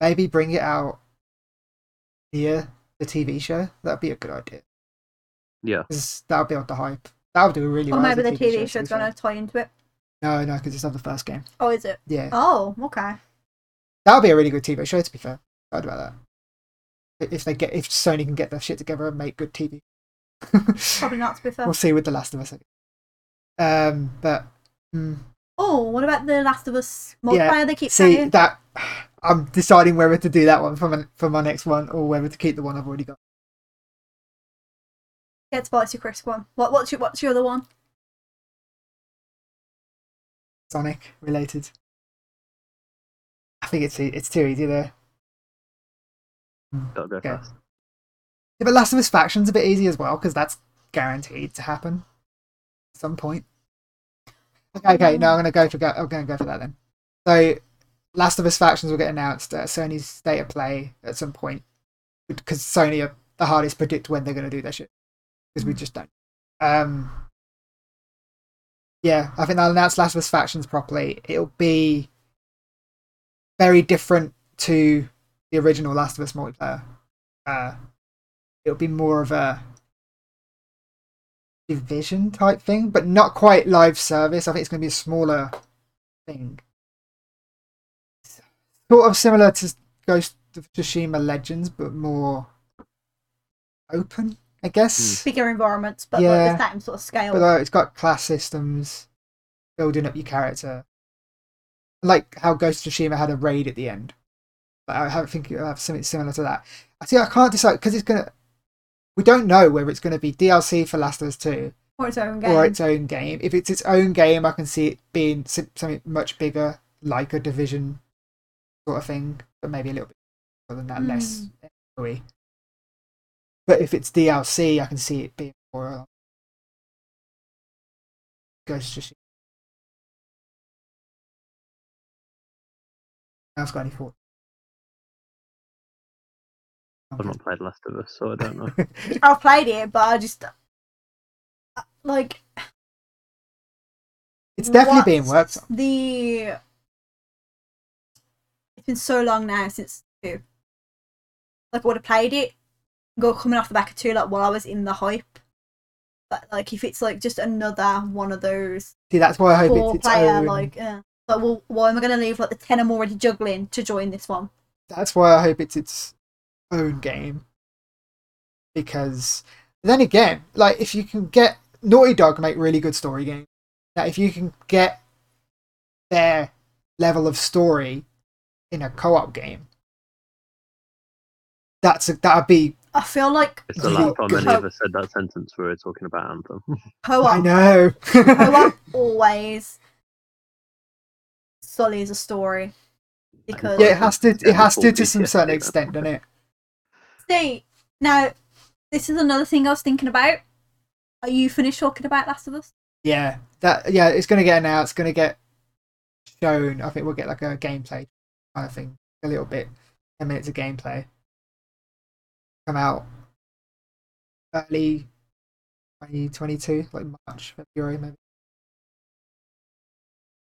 A: Maybe bring it out near the TV show. That'd be a good idea.
C: Yeah.
A: 'Cause that'll build the hype. That'll do really
B: Or
A: well. as
B: maybe
A: a
B: the TV
A: show, to
B: show's
A: be fair.
B: gonna tie into it.
A: No, no, because it's not the first game.
B: Oh, is it?
A: Yeah.
B: Oh, okay.
A: That'll be a really good TV show, to be fair. I'd about that. if they get if Sony can get their shit together and make good TV.
B: Probably not to be fair.
A: we'll see with The Last of Us. Um, but mm,
B: Oh, what about the Last of Us multiplayer they keep
A: see
B: saying?
A: that I'm deciding whether to do that one for my for my next one or whether to keep the one I've already got.
B: Yeah, it's Bites your Crisp one. What, what's your what's your other one?
A: Sonic related. I think it's e- it's too easy there.
C: Gotta go
A: Okay.
C: fast.
A: Yeah, but Last of Us Faction's a bit easy as well because that's guaranteed to happen at some point. Okay, okay. No, I'm gonna go for go- I'm gonna go for that then. So, Last of Us Factions will get announced at Sony's State of Play at some point because Sony are the hardest to predict when they're gonna do their shit because we just don't. Um, yeah, I think they'll announce Last of Us Factions properly. It'll be very different to the original Last of Us multiplayer. Uh, it'll be more of a division type thing, but not quite live service. I think it's going to be a smaller thing, sort of similar to Ghost of Tsushima Legends, but more open, I guess.
B: Bigger environments, but
A: Yeah.
B: like the same sort of scale.
A: But uh, it's got class systems, building up your character, like how Ghost of Tsushima had a raid at the end. Like, I have- think it'll have something similar to that. I see. I can't decide because it's gonna. We don't know whether it's going to be DLC for Last of Us Two
B: or its own game.
A: or its own game. If it's its own game, I can see it being si- something much bigger, like a division sort of thing, but maybe a little bit more than that, less
B: Hmm.
A: echoey. But if it's DLC, I can see it being more uh, Ghost of Tsushima. No one's got any thought.
C: I've not played Last of Us, so I don't know.
B: I've played it, but I just uh, like
A: It's definitely being
B: what's
A: worked on.
B: The it's been so long now since two. Like I would have played it, go coming off the back of two, like while I was in the hype. But like if it's like just another one of those
A: See, that's why I hope
B: four
A: it's its
B: player,
A: own.
B: like uh, like well, why am I gonna leave like the ten I'm already juggling to join this one?
A: that's why I hope it's its own game. Because then again, like if you can get Naughty Dog make really good story games. That if you can get their level of story in a co-op game, that's a, that'd be.
B: I feel like
C: It's the
A: You
C: last time any
B: could-
C: of us said that sentence we were talking about Anthem.
A: I
B: co-op
A: know.
B: Oh, I want always Sully is a story because
A: yeah, it has to. It has to to some
C: Yeah.
A: certain extent, doesn't it?
B: see now this is another thing I was thinking about. Are you finished talking about Last of Us?
A: Yeah, that yeah, it's gonna get announced, gonna get shown. I think we'll get like a gameplay kind of thing, a little bit, ten minutes of gameplay. Come out early, twenty twenty two, like March, February, maybe.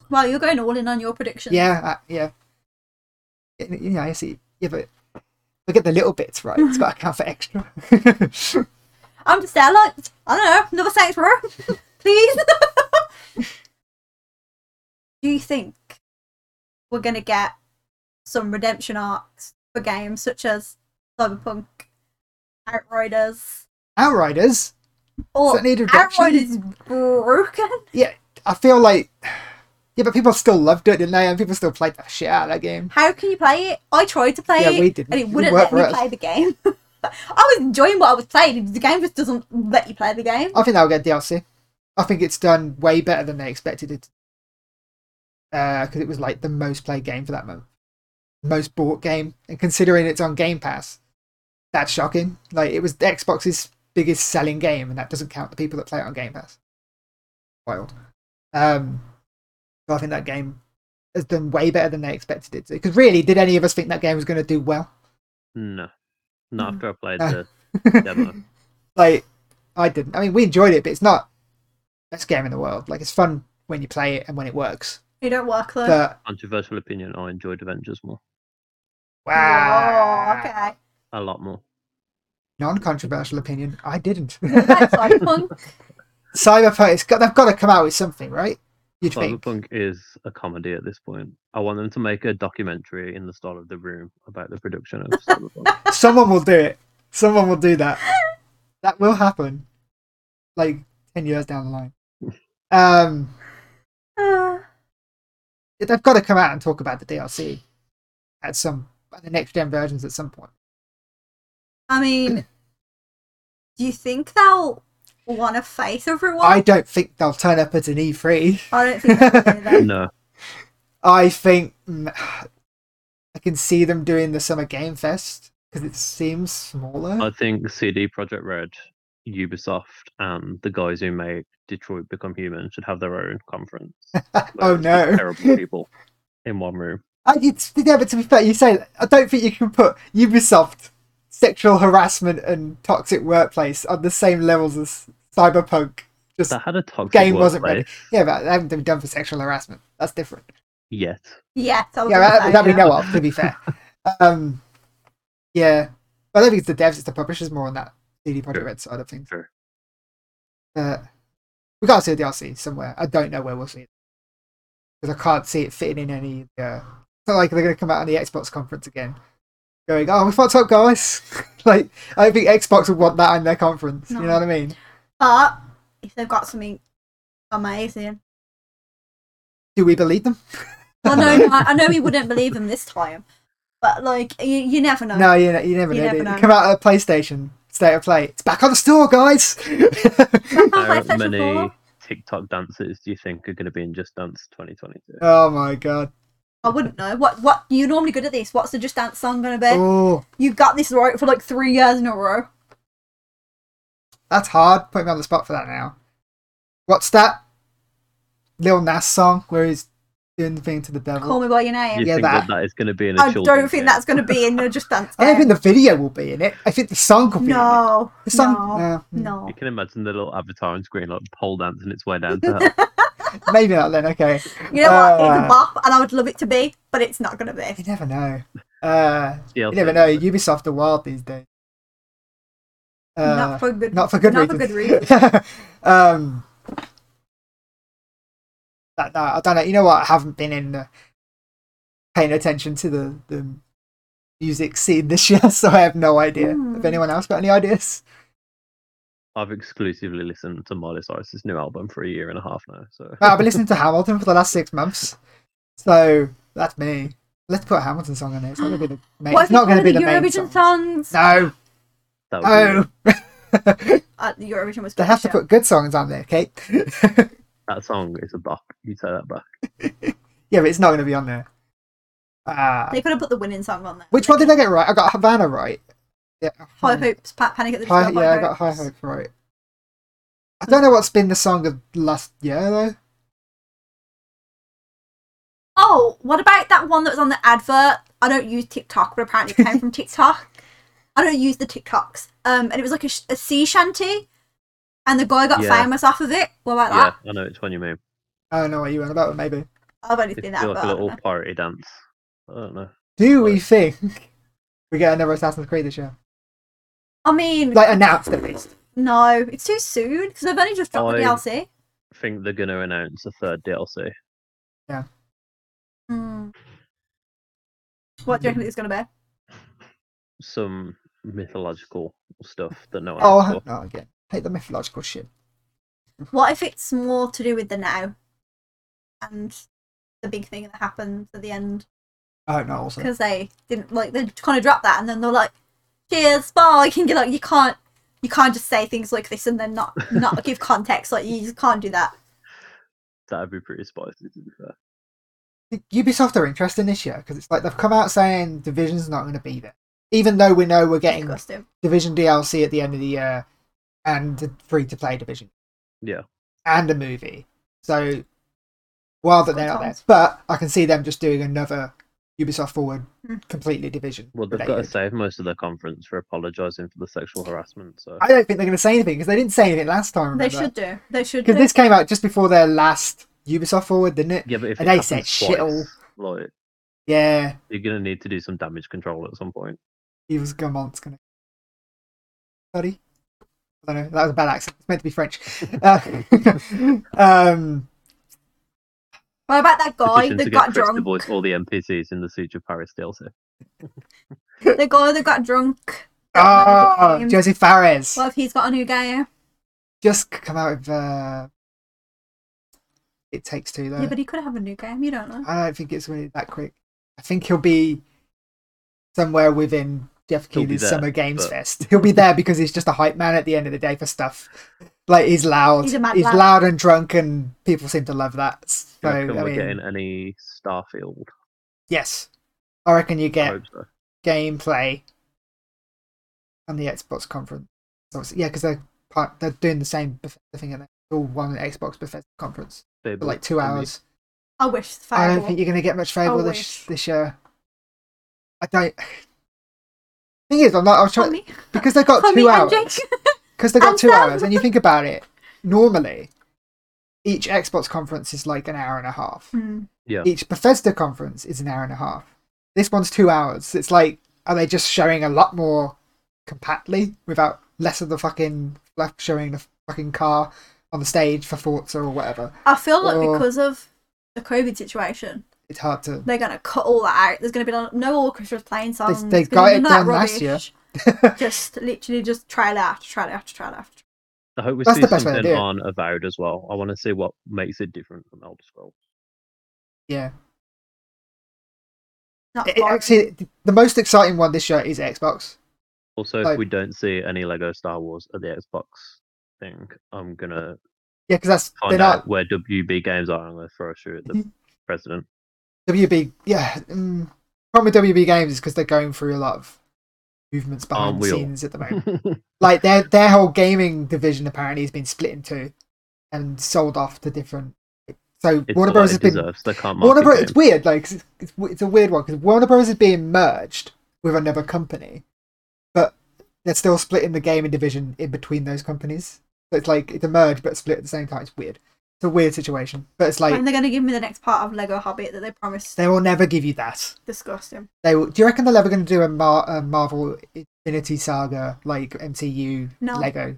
B: Well, you're going all in on your predictions.
A: Yeah, uh, yeah. Y- You know, I see. Yeah, but look at the little bits, right? It's got to count for extra.
B: I'm just there like I don't know, another Saints Row, please. Do you think we're gonna get some redemption arcs for games such as Cyberpunk, Outriders,
A: Outriders.
B: or
A: Does that need redemption?
B: Outriders is broken?
A: I feel like. Yeah, but people still loved it, didn't they? And people still played the shit out of that game.
B: How can you play it? I tried to play
A: Yeah,
B: it,
A: we didn't.
B: and it
A: It
B: wouldn't
A: worked
B: let
A: for
B: me
A: us.
B: play the game. I was enjoying what I was playing. The game just doesn't let you play the game.
A: I think that'll get DLC. I think it's done way better than they expected it. Because it was like the most played game for that month, most bought game, and considering it's on Game Pass, that's shocking. Like it was Xbox's biggest selling game, and that doesn't count the people that play it on Game Pass. Wild. Um, so I think that game has done way better than they expected it to. Because really, did any of us think that game was going to do well?
C: No.
A: Mm.
C: Not after I played
A: No.
C: the demo.
A: like I didn't. I mean, we enjoyed it, but it's not best game in the world. Like it's fun when you play it and when it works.
B: You don't work though.
A: But
C: Controversial opinion, I enjoyed Avengers more.
A: wow,
B: Oh, okay.
C: A lot more.
A: non-controversial opinion. I didn't. ah.
B: That's Cyberpunk.
A: Cyberpunk. It's got, they've got to come out with something, right? You'd think.
C: Cyberpunk is a comedy at this point. I want them to make a documentary in the style of The Room about the production of Cyberpunk.
A: Someone will do it. Someone will do that. That will happen. Like ten years down the line. Um
B: Uh,
A: they've got to come out and talk about the DLC at some at the next gen versions at some point.
B: I mean, do you think they'll want to face everyone?
A: I don't think they'll turn up at an E E3.
B: I don't think they'll do that.
C: no,
A: I think mm, I can see them doing the Summer Game Fest because it seems
C: I
A: smaller.
C: think CD Projekt Red, Ubisoft, and the guys who made Detroit Become Human should have their own conference.
A: Oh,
C: it's just
A: no.
C: Terrible people in one room.
A: I, it's, yeah, but to be fair, you say that. I don't think you can put Ubisoft sexual harassment and toxic workplace on the same levels as Cyberpunk. Just
C: That had a toxic
A: game wasn't ready.
C: workplace
A: Yeah, but they haven't been done for sexual harassment. That's different.
C: Yet,
B: Yeah, that was
A: yeah,
B: gonna
A: that,
B: say,
A: that we
B: Oh, yeah.
A: know of. To be fair, um, yeah, I don't think it's the devs; it's the publishers more on that CD Projekt
C: Sure.
A: Red side of things.
C: Sure.
A: Uh, we gotta see a DLC somewhere. I don't know where we'll see it because I can't see it fitting in any. Uh, it's not like they're gonna come out on the Xbox conference again, going, "Oh, we fucked up, guys." like I don't think Xbox would want that on their conference. You know
B: No.
A: what I mean?
B: But if they've got something amazing,
A: Do we believe them?
B: I know, I, I know we wouldn't believe them this time, but like you, you never know.
A: No, you, ne- you never
B: You
A: know. do
B: never
A: you?
B: know.
A: Come out at PlayStation State of Play. It's back on the store, guys.
C: how
B: PlayStation
C: many
B: 4?
C: TikTok dances do you think are going to be in Just Dance 2022?
A: oh my god.
B: I wouldn't know. What what you're normally good at this. What's the Just Dance song gonna be?
A: Oh,
B: You got this right for like three years in a row.
A: that's hard. Put me on the spot for that now. What's that? Lil Nas song where he's doing the thing to the devil.
B: Call me by your
C: Do
B: name.
C: you
A: Oh. Yeah,
C: think
A: that-
C: that, that is going to be in a
B: I
C: children's
B: don't
C: game?
B: think that's gonna be in the Just Dance.
A: I don't
B: game.
A: think the video will be in it. I think the song will be. in it.
B: No,
A: The song.
B: no,
A: uh, hmm.
B: no.
C: You can imagine the little avatar on screen, like pole dancing its way down to hell.
A: Maybe not then. Okay.
B: You know what? It's
A: Uh,
B: a bop, and I would love it to be, but it's not gonna
A: You
B: be.
A: never know. Uh,
C: DLC.
A: you never know. Ubisoft are wild these days. Uh,
B: not for good.
A: not for good
B: not
A: reasons.
B: for good reason.
A: um, that, no, I don't know. You know what? I haven't been in uh, paying attention to the, the music scene this year, so I have no idea. Have
B: Hmm.
A: anyone else got any ideas?
C: I've exclusively listened to Miley Cyrus's new album for a year and a half now. So
A: Well, I've been listening to Hamilton for the last six months, so that's me. Let's put a Hamilton song on it. It's not going to be the main.
B: What
A: It's not
B: if
A: going to
B: you
A: be the
B: do the
A: main
B: Eurovision
A: song.
B: songs?
A: No,
C: that would be
A: no.
C: weird.
B: Uh, the Eurovision was.
A: They have to
B: bullshit.
A: put good songs on there, Kate.
C: that song is a bop. You take that back.
A: yeah, but it's not going to be on there. Ah.
B: They could have put the winning song on there.
A: Which one did I get right? I got Havana right. Yeah,
B: High
A: Havana.
B: hopes, pa- panic at the
A: High,
B: Disco.
A: yeah, I got High Hope right. I don't know what's been the song of last year though.
B: Oh, what about that one that was on the advert? I don't use TikTok, but apparently it came from TikTok. I don't use the TikToks. Um, and it was like a, sh- a sea shanty, and the guy got
C: Yeah.
B: famous off of it. What about
C: Yeah,
B: that?
C: I know it's one you mean.
A: I don't know what you went about, but maybe.
B: I've only
C: It's
B: seen that.
C: like a
B: But I don't
C: little
B: know.
C: party dance. I don't know.
A: Do we think we get another Assassin's Creed this year?
B: I mean,
A: Like announced at least.
B: no, it's too soon because they've only just dropped
C: I-
B: the DLC.
C: I think they're going to announce a third DLC.
B: Hmm. What do you reckon it's going to be?
C: Some mythological stuff that no one. asked
A: Oh
C: for.
A: no, again. Hate the mythological shit.
B: What if it's more to do with the now and the big thing that happens at the end?
A: I don't know also.
B: because they didn't like they kind of dropped that and then they're like cheers bye and you're like you can't you can't just say things like this and then not not give context like you just can't do that
C: That'd be pretty spicy to be fair.
A: Ubisoft are interesting this year because it's like they've come out saying Division's not going to be there, even though we know we're getting
B: Disgusting.
A: Division DLC at the end of the year and free to play Division.
C: Yeah.
A: and a movie. So while that they're not there,
B: Sometimes.
A: but I can see them just doing another Ubisoft forward
B: Mm.
A: completely division.
C: Well, they've got to
A: related.
C: save most of their conference for apologising for the sexual harassment. So
A: I don't think they're going to say anything because they didn't say anything last time.
B: they should do they should do
A: because this came out just before their last Ubisoft forward, didn't it?
C: yeah, but if
A: And
C: it
A: they said
C: happens
A: shit all-
C: twice, like
A: Yeah,
C: you're gonna need to do some damage control at some point.
A: he was Gamont's going to. Sorry, I don't know. That was a bad accent. It's meant to be French. Uh, um,
B: What about that guy
C: petition
B: that
C: to get
B: got
C: Chris to
B: drunk?
C: voice all the NPCs in the Siege of Paris DLC.
B: The guy that got drunk.
A: Oh,
B: Game.
A: Jose Fares.
B: What if he's got a new game?
A: Just come out of uh, It Takes Two, though.
B: Yeah, but he could have a new game. You don't know.
A: I don't think it's really that quick. I think he'll be somewhere within Jeff
C: He'll be
A: Keighley's
C: there,
A: Summer Games
C: but-
A: Fest. He'll be there because he's just a hype man at the end of the day for stuff. Like he's loud,
B: He's a mad lad.
A: loud and drunk, and people seem to love that. So
C: Do you reckon
A: I
C: we're
A: mean,
C: getting any Starfield?
A: yes, I reckon you
C: I
A: get
C: hope so.
A: gameplay on the Xbox conference. So it's- yeah, because they're part, they're doing the same Bethesda thing, and they all one Xbox Bethesda conference for
C: Fable
A: like two
C: and the-
A: hours.
B: I wish. the
A: I don't
B: Firewall-
A: think you're going to get much favour this
B: wish.
A: this year. I don't. Thing is, I'm not. I was
B: For
A: trying
B: me,
A: because they got
B: for me
A: two
B: and
A: hours.
B: Jake.
A: Because they got
B: and
A: two
B: Sam.
A: hours, and you think about it, normally each Xbox conference is like an hour and a half.
B: Hmm.
C: Yeah.
A: Each Bethesda conference is an hour and a half. This one's two hours. It's like, are they just showing a lot more compactly without less of the fucking left showing the fucking car on the stage for Forza or whatever?
B: I feel like
A: Or-
B: because of the COVID situation,
A: It's hard to.
B: they're gonna cut all that out. There's gonna be no, no orchestra playing songs.
A: they
B: There's
A: got
B: gonna be
A: it
B: none of
A: done
B: that
A: last year.
B: rubbish. just literally just trailer after trailer after trailer after.
C: I hope we
A: That's
C: see
A: the best way to
C: something
A: do it.
C: on Avowed as well. I want to see what makes it different from Elder Scrolls.
A: Yeah.
B: Not
A: It- it
B: boring.
A: actually, th- the most exciting one this year is Xbox.
C: Also,
A: Like-
C: if we don't see any Lego Star Wars at the Xbox thing, I'm gonna
A: Yeah, because that's
C: find
A: they're
C: out
A: not
C: where WB Games are. I'm gonna throw a shoe at the president.
A: WB. Yeah, mm, problem with WB Games is because they're going through a lot of movements behind
C: Arm
A: the
C: wheel.
A: scenes at the moment. like their their whole gaming division apparently has been split in two and sold off to different. So
C: it's
A: Warner
C: Warner
A: Bros
C: it
A: has been
C: deserves. They can't
A: Warner
C: market
A: Bros.
C: games.
A: It's weird, like 'cause it's, it's w- it's a weird one because Warner Bros is being merged with another company, but they're still splitting the gaming division in between those companies. So it's like it's a merge but split at the same time. It's weird. It's a weird situation, but it's like
B: And they're gonna give me the next part of Lego Hobbit that they promised.
A: they will never give you that.
B: Disgusting.
A: They will, do you reckon they're ever going to do a, Mar- a Marvel Infinity Saga like MCU
B: No.
A: Lego?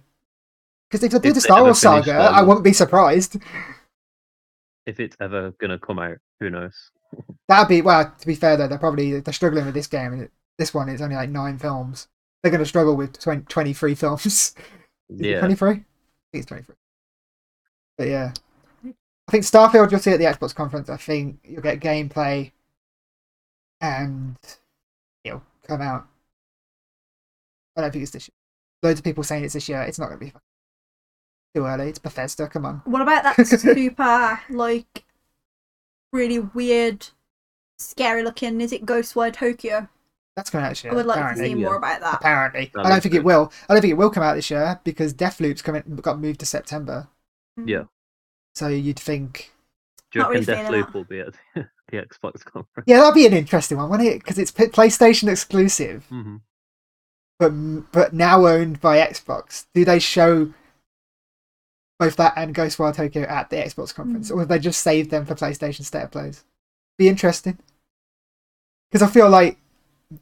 A: Because if they do
C: If
A: the
C: they
A: Star
C: ever
A: Wars
C: finish
A: saga,
C: one.
A: I wouldn't be surprised.
C: If it's ever gonna come out, who knows?
A: That'd be well. To be fair though, they're probably they're struggling with this game. and it- This one is only like nine films. They're going to struggle with 20, 23 films.
C: Yeah,
A: twenty three. I think it's twenty three. But yeah, I think Starfield you'll see at the Xbox conference. I think you'll get gameplay, and it'll come out. I don't think it's this year. Loads of people saying it's this year. It's not going to be fucking- too early. It's Bethesda. Come on.
B: What about that super like really weird, scary looking? Is it Ghost World Tokyo?
A: That's coming out this year.
B: I would like
A: apparently.
B: to see
C: Yeah.
B: more about that.
A: Apparently,
C: That
A: I don't
C: looks
A: think it
C: good.
A: will. I don't think it will come out this year because Deathloop's coming got moved to September.
C: Yeah.
A: So you'd think,
C: do you
B: Not
C: reckon
B: really feeling
C: Deathloop
B: that.
C: will be at the, the Xbox conference?
A: yeah, that'd be an interesting one, wouldn't it? Because it's P- PlayStation exclusive.
C: Mhm.
A: but but now owned by Xbox. Do they show both that and Ghostwire Tokyo at the Xbox conference, or have they just saved them for PlayStation State of Plays? Be interesting, because I feel like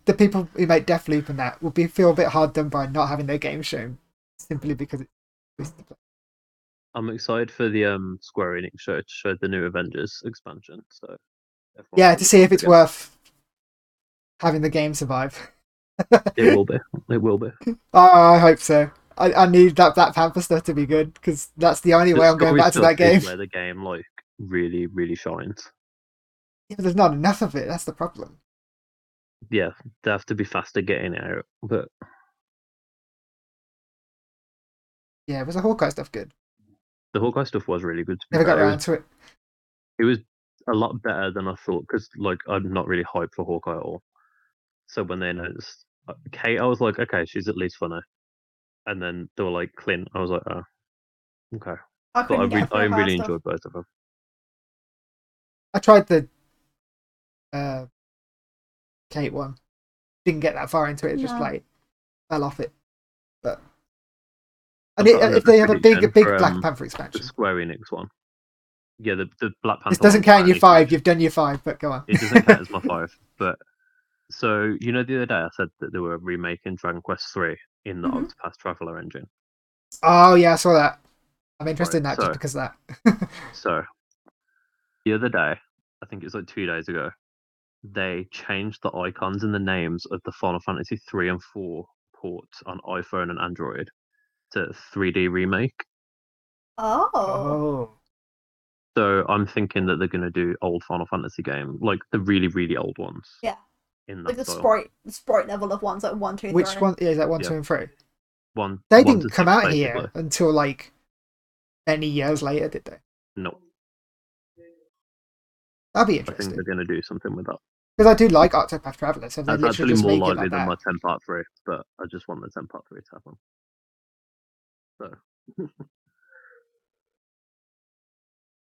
A: the people who make Deathloop and that will be feel a bit hard done by not having their game shown simply because it's
C: I'm excited for the um Square Enix show to show the new Avengers expansion. So everyone
A: yeah
C: will
A: to
C: be
A: see if
C: pumped
A: it's
C: again.
A: worth having the game survive.
C: It will be. It will be.
A: Oh, I hope so. I, I need that Black Panther stuff to be good because that's the only
C: The
A: way I'm going
C: story
A: back to
C: stuff
A: that game.
C: Is where the game like really, really shines.
A: Yeah, but there's not enough of it. That's the problem.
C: Yeah, they have to be faster getting it out. But
A: Yeah, was the Hawkeye stuff good?
C: the Hawkeye stuff was really good. To be
A: Never got
C: fair. It
A: around
C: was,
A: to it.
C: it was a lot better than I thought because like I'm not really hyped for Hawkeye at all. So when they announced uh, Kate, I was like, okay, she's at least funny. And then they were like Clint. I was like, oh, okay.
B: I
C: But I,
B: couldn't
C: re-
B: get
C: I really
B: through that stuff.
C: enjoyed both of them.
A: I tried the uh, Kate one. Didn't get that far into it. Just
B: No.
A: like fell off it. But
C: I've
A: and it,
C: got
A: if they have a big, a
C: prediction
A: big
C: for,
A: Black
C: um,
A: Panther
C: The
A: expansion,
C: Square Enix one. Yeah, the, the Black Panther.
A: this doesn't
C: one's
A: count your
C: apparently
A: five. You've done your five, but go on.
C: it doesn't count as my five. But so you know, the other day I said that they were remaking Dragon Quest Three in the
A: Mm-hmm.
B: Mhm.
C: Octopath Traveler engine.
A: Oh yeah, I saw that. I'm interested in that
C: so-
A: just because of that.
C: So the other day, I think it was like two days ago, they changed the icons and the names of the Final Fantasy 3 and 4 ports on iPhone and Android to 3D remake.
B: Oh.
A: Oh.
C: So I'm thinking that they're going to do old Final Fantasy game, like the really, really old ones.
B: Yeah.
C: In that
B: Like the
C: style.
B: sprite, the sprite level of ones like one, two, three.
A: Which one? Yeah, is that one,
C: Yeah.
A: two, and three?
C: One,
A: They
C: one
A: didn't
C: to
A: come
C: six,
A: out here
C: basically.
A: until like many years later, did they?
C: No,
A: That'd be
C: I think
A: interesting.
C: they're going to do something with that.
A: Because I do like Octopath Traveler, so if they
C: That's
A: literally just
C: actually more
A: make it
C: likely
A: like
C: than
A: that.
C: my 10 part 3, but I just want the 10 part 3 to happen. So,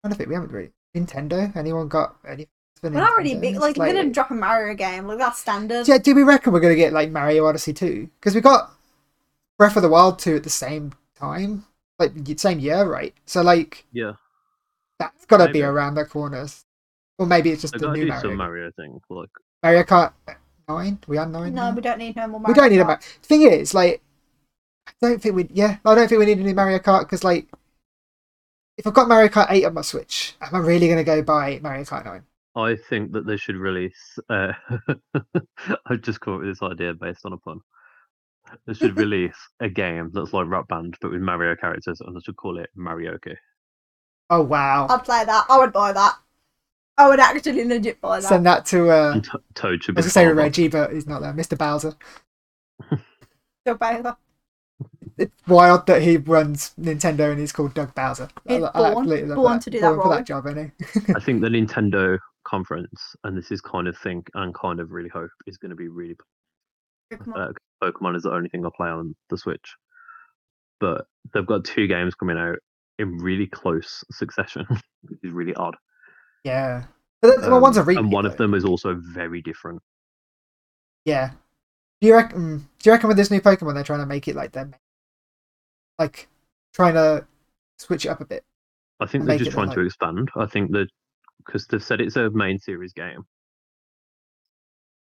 A: I don't think we haven't really. Nintendo? Anyone got anything? for
B: We're not really
A: Nintendo?
B: big.
A: It's
B: Like, we're gonna drop a Mario game. Like that's standard.
A: Yeah, do we reckon we're going to get like Mario Odyssey 2? Because we got Breath of the Wild 2 at the same time, like y- same year, right? So like
C: yeah.
A: that's got to be
C: Maybe.
A: around the corners. Or maybe it's just
C: They've
A: the
C: got to
A: new
C: do
A: Mario.
C: some
A: Mario.
C: Mario thing. Like,
A: Kart 9? We are 9?
B: No,
A: now?
B: we don't need no more. Mario
A: we don't need a
B: Kart.
A: Mario. Thing is, like, I don't think we. Yeah, I don't think we need a new Mario Kart because, like, if I've got Mario Kart Eight on my Switch, am I really gonna go buy Mario Kart Nine?
C: I think that they should release. Uh, I've just come up with this idea based on a pun. They should release a game that's like Rock Band but with Mario characters, and they should call it Marioke.
A: Oh wow!
B: I'd play that. I would buy that. I would actually legit buy that.
A: Send that to. uh
C: And To- Toad
A: I
C: should be.
A: was gonna say
C: Farmer.
A: Reggie, but he's not there. Mr. Bowser.
B: Doug Bowser.
A: It's wild that he runs Nintendo and he's called Doug Bowser.
B: He's
A: li- li-
B: born-
A: absolutely love
B: born to do that
A: Born for
B: role.
A: that job, isn't he?
C: I think the Nintendo conference, and this is kind of think and kind of really hope is going to be really.
B: Pokemon.
C: Uh, Pokemon is the only thing I play on the Switch, but they've got two games coming out in really close succession, which is really odd.
A: Yeah. But then- well, one's a
C: Um,
A: repeat.
C: and one of
A: though.
C: them is also very different.
A: Yeah. Do you reckon? Do you reckon with this new Pokemon they're trying to make it like them, like trying to switch it up a bit?
C: I think
A: and
C: they're
A: make
C: just
A: it
C: trying to
A: alike.
C: expand. I think that because they've said it's a main series game,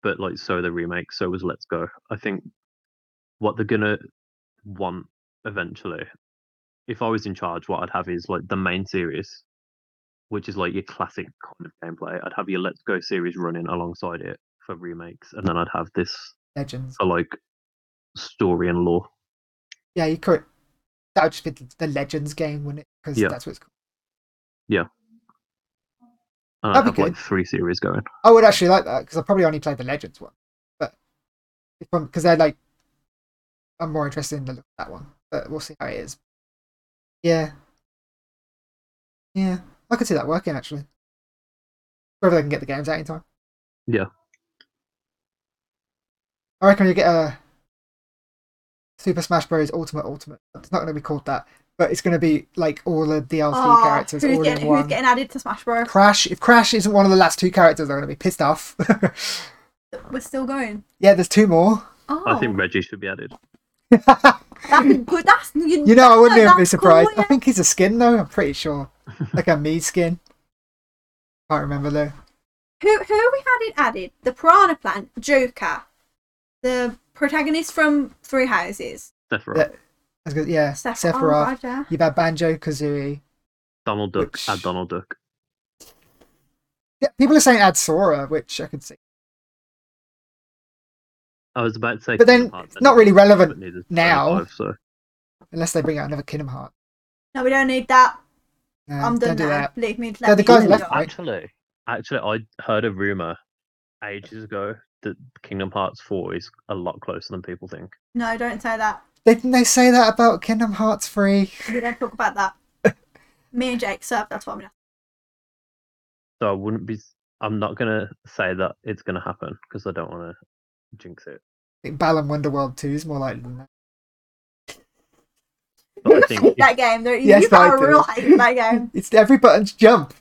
C: but like so the remake, so was Let's Go. I think what they're gonna want eventually, if I was in charge, what I'd have is like the main series, which is like your classic kind of gameplay. I'd have your Let's Go series running alongside it for remakes, and then I'd have this
A: Legends.
C: for like story and lore.
A: Yeah, you could. That would just be the- the Legends game, wouldn't it? Because
C: Yeah.
A: that's what it's called.
C: And I'd
A: That'd
C: have
A: be
C: like three series going.
A: I would actually like that because I probably only played the Legends one, but because they're like, I'm more interested in the, that one. But we'll see how it is. Yeah, yeah, I could see that working actually. Whether they can get the games out in time.
C: Yeah.
A: I reckon you get a Super Smash Bros. Ultimate Ultimate. It's not going to be called that, but it's going to be like all the DLC
B: Oh,
A: characters
B: who's
A: all
B: getting,
A: in
B: who's
A: one.
B: getting added to Smash Bros?
A: Crash. If Crash isn't one of the last two characters, I'm going to be pissed off.
B: We're still going.
A: yeah, there's two more.
B: Oh,
C: I think Reggie should be added.
B: that's good. That's you,
A: You know, I wouldn't
B: No,
A: even be
B: that's
A: surprised.
B: cool,
A: I think he's a skin though. I'm pretty sure, like a me skin. Can't remember though.
B: Who who we had it added? The Piranha Plant, Joker, the protagonist from Three Houses,
C: Sephiroth.
A: Yeah, I was gonna- yeah,
B: Seph-
A: Sephiroth.
B: Oh, Roger.
A: You've had Banjo Kazooie.
C: Donald Duck. Add
A: Which-
C: Donald Duck.
A: Yeah, people are saying add Sora, which I can see.
C: I was about to say,
A: But
C: Kingdom
A: then
C: Hearts,
A: it's not really
C: but
A: relevant
C: neither is
A: now.
C: 25, So
A: Unless they bring out another Kingdom Heart.
B: No, we don't need that.
A: No,
B: I'm done
A: don't do
B: now.
A: that.
B: Leave me.
A: No,
B: Let
A: the
B: me
A: guys
B: do
A: left,
B: it.
A: right?
C: actually, actually, I heard a rumor ages ago that Kingdom Hearts Four is a lot closer than people think.
B: No, don't say that.
A: Didn't they say that about Kingdom Hearts 3?
B: We don't talk about that. me and Jake surf. That's what I'm. Gonna...
C: So I wouldn't be. I'm not gonna say that it's gonna happen because I don't want to jinx it.
A: I think Balan Wonderworld 2 is more likely than that.
C: But I think
B: hate
C: if
B: that game. There,
A: Yes,
B: you got
A: I
B: a
A: do.
B: real hate for that game.
A: It's every button's jump.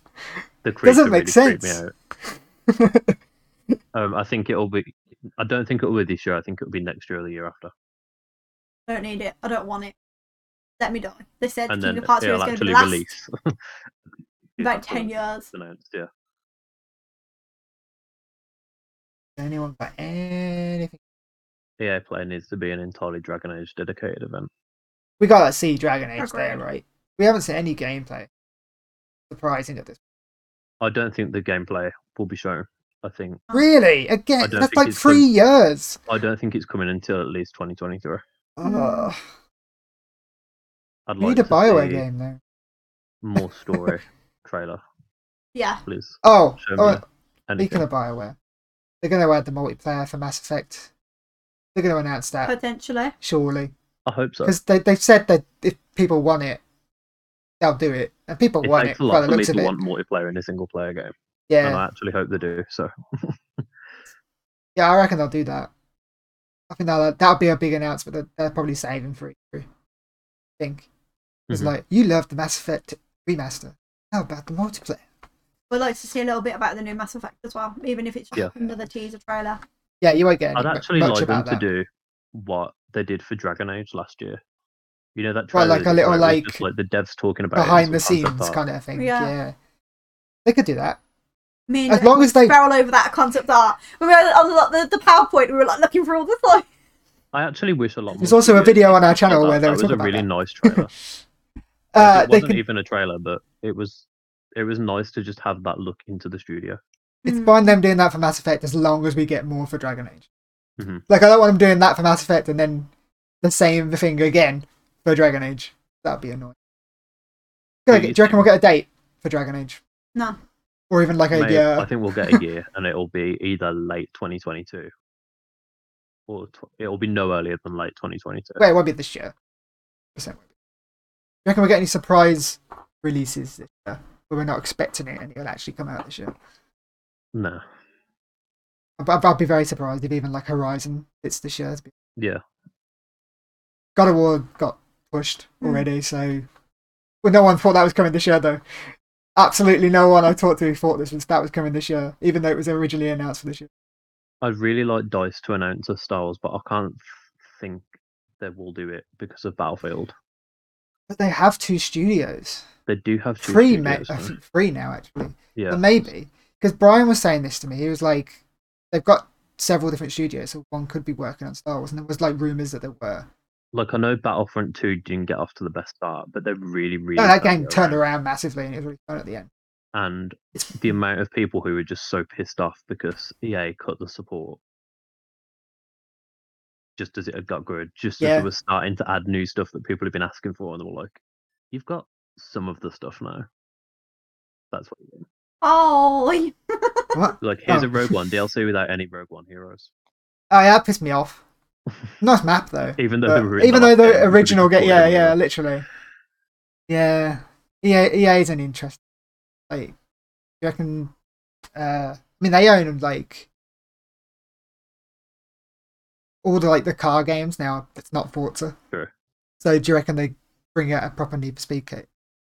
C: the creature
A: doesn't make
C: really freaked
A: sense.
C: Me out. um, I think it'll be. I don't think it'll be this year. I think it'll be next year or the year after.
B: I don't need it. I don't want it. Let me die. They said
C: And
B: Kingdom
C: then
B: Hearts 3 is
C: it'll
B: going to be
C: actually
B: last
C: release.
B: about ten years.
C: Announced, yeah.
A: Anyone got anything?
C: EA E Play needs to be an entirely Dragon Age dedicated event.
A: We got to see Dragon Age there,
B: Agreed.
A: right? We haven't seen any gameplay. Surprising at this.
C: I don't think the gameplay will be shown. I think
A: Really?
C: I
A: Again,
C: don't
A: that's
C: think
A: like
C: it's
A: three
C: gonna-
A: years.
C: I don't think it's coming until at least 2023.
A: Ugh.
C: I'd
A: We
C: like
A: need a
C: to
A: Bioware
C: see
A: game though.
C: more story trailer,
B: Yeah.
C: please.
A: Oh,
C: Show
A: oh
C: me anything.
A: speaking of Bioware, they're going to add the multiplayer for Mass Effect. They're going to announce that
B: Potentially.
A: surely
C: I hope so.
A: because they they've said that if people want it, they'll do it, and people
C: It
A: want
C: takes
A: it
C: a
A: by the
C: lot for me
A: looks
C: to
A: of it.
C: want multiplayer in a single player game,
A: yeah,
C: and I actually hope they do. So
A: yeah, I reckon they'll do that. I think that'll that'll be a big announcement. That they're probably saving for E3, I think it's
C: Mhm.
A: like you love the Mass Effect remaster. How about the multiplayer?
B: We'd like to see a little bit about the new Mass Effect as well, even if it's just
C: Yeah.
B: another teaser trailer.
A: Yeah, you won't get any
C: I'd
A: mu-
C: actually
A: much
C: like them
A: about
C: to
A: that.
C: do what they did for Dragon Age last year. You know that
A: Well,
C: trailer,
A: like
C: they
A: a
C: did
A: little,
C: where it was
A: like,
C: just, like the devs talking about it in
A: behind the
C: some
A: scenes
C: concept art.
A: kind of thing. Yeah.
B: Yeah.
A: they could do that
B: Me and
A: as long as they.
B: barrel over that concept art. When we were on the, the, the PowerPoint, we were like looking for all the like
C: I actually wish a lot.
A: There's
C: more
A: also a
C: studios
A: video on our
C: did
A: channel
C: that.
A: where they
C: that
A: were
C: was
A: talking
C: a really
A: about
C: nice trailer.
A: that. Uh,
C: it
A: they
C: wasn't
A: could,
C: even a trailer, but it was it was nice to just have that look into the studio.
A: it's
B: Mm.
A: fine them doing that for Mass Effect as long as we get more for Dragon Age.
C: Mhm.
A: Like I don't want them doing that for Mass Effect and then the same thing again for Dragon Age. That'd be annoying.
C: Do
A: Good,
C: you
A: do you reckon we'll get a date for Dragon Age,
B: No.
A: or even like a
C: Maybe- I
A: year?
C: think we'll get a year, and it'll be either late 2022 or tw- it'll be no earlier than late 2022.
A: Wait, it won't be this year. Percent won't be. Do you reckon we'll get any surprise releases this year? But we're not expecting it, and it'll actually come out this year.
C: No,
A: I'd, I'd- I'd be very surprised if even like Horizon hits this year.
C: yeah,
A: God of War got pushed
B: Mm.
A: already, so well, no one thought that was coming this year though. Absolutely no one I talked to thought this was that was coming this year, even though it was originally announced for this year.
C: I'd really like Dice to announce a Star Wars, but I can't f- think they will do it because of Battlefield.
A: But they have two studios,
C: They do have two
A: three, ma- um,
C: studios,
A: I
C: though.
A: think three now actually.
C: yeah.
A: But maybe because Brian was saying this to me, he was like, they've got several different studios, so one could be working on Star Wars, and there was like rumors that there were.
C: Like I know Battlefront 2 didn't get off to the best start, but they really, really
A: No, that
C: turned
A: game
C: it
A: turned around massively, and it was really fun at the end.
C: and the amount of people who were just so pissed off because EA cut the support just as it had got good, just as
A: Yeah.
C: it was starting to add new stuff that people had been asking for, and they were like, "You've got some of the stuff now." That's what you
B: oh,
A: What?
C: do. Like, here's
A: Oh.
C: a Rogue One DLC without any Rogue One heroes,
A: Oh, yeah, that pissed me off. Nice map though.
C: even though
A: But
C: they were in
A: even though
C: last game, they
A: the
C: could've
A: original
C: just
A: get
C: ported
A: yeah
C: them
A: yeah
C: over.
A: literally yeah EA EA is an interest like you reckon uh I mean they own like all the like the car games now it's not Forza
C: Sure.
A: so do you reckon they bring out a proper Need for Speed kit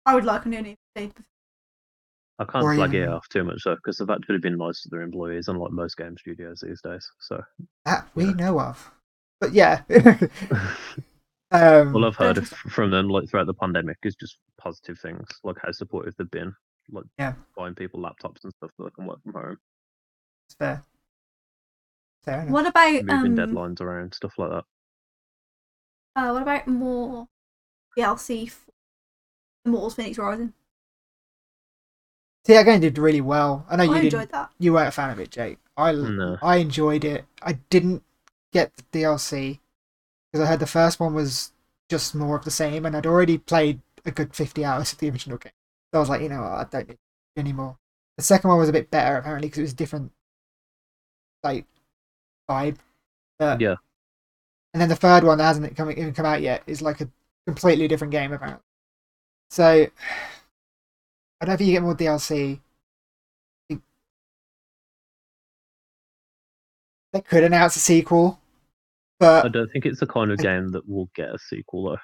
B: I would like a new Need for Speed.
C: I can't
A: or
C: flag EA
A: even-
C: off too much though, because they've actually been nice to their employees, unlike most game studios these days. So,
A: that we
C: Yeah.
A: know of but yeah um
C: all I've heard
B: Don't
C: of, from them like throughout the pandemic is just positive things, like how supportive they've been, like
A: Yeah.
C: buying people laptops and stuff so they can work from home,
A: it's fair fair enough
B: What about
C: moving
B: um?
C: deadlines around, stuff like that.
B: Uh, what about more DLC for Immortals Phoenix Rising?
A: see that game did really well I know you
B: I
A: didn't
B: enjoyed that.
A: you weren't a fan of it, Jake. I
C: No.
A: I enjoyed it. I didn't get the DLC because I heard the first one was just more of the same, and I'd already played a good fifty hours of the original game. So I was like, you know, what, I don't need it anymore. The second one was a bit better apparently because it was different, like vibe. But,
C: Yeah.
A: And then the third one that hasn't come, even come out yet is like a completely different game apparently. So I don't think you get more DLC. They could announce a sequel,
C: I
A: but
C: don't think it's the kind of game that will get a sequel though,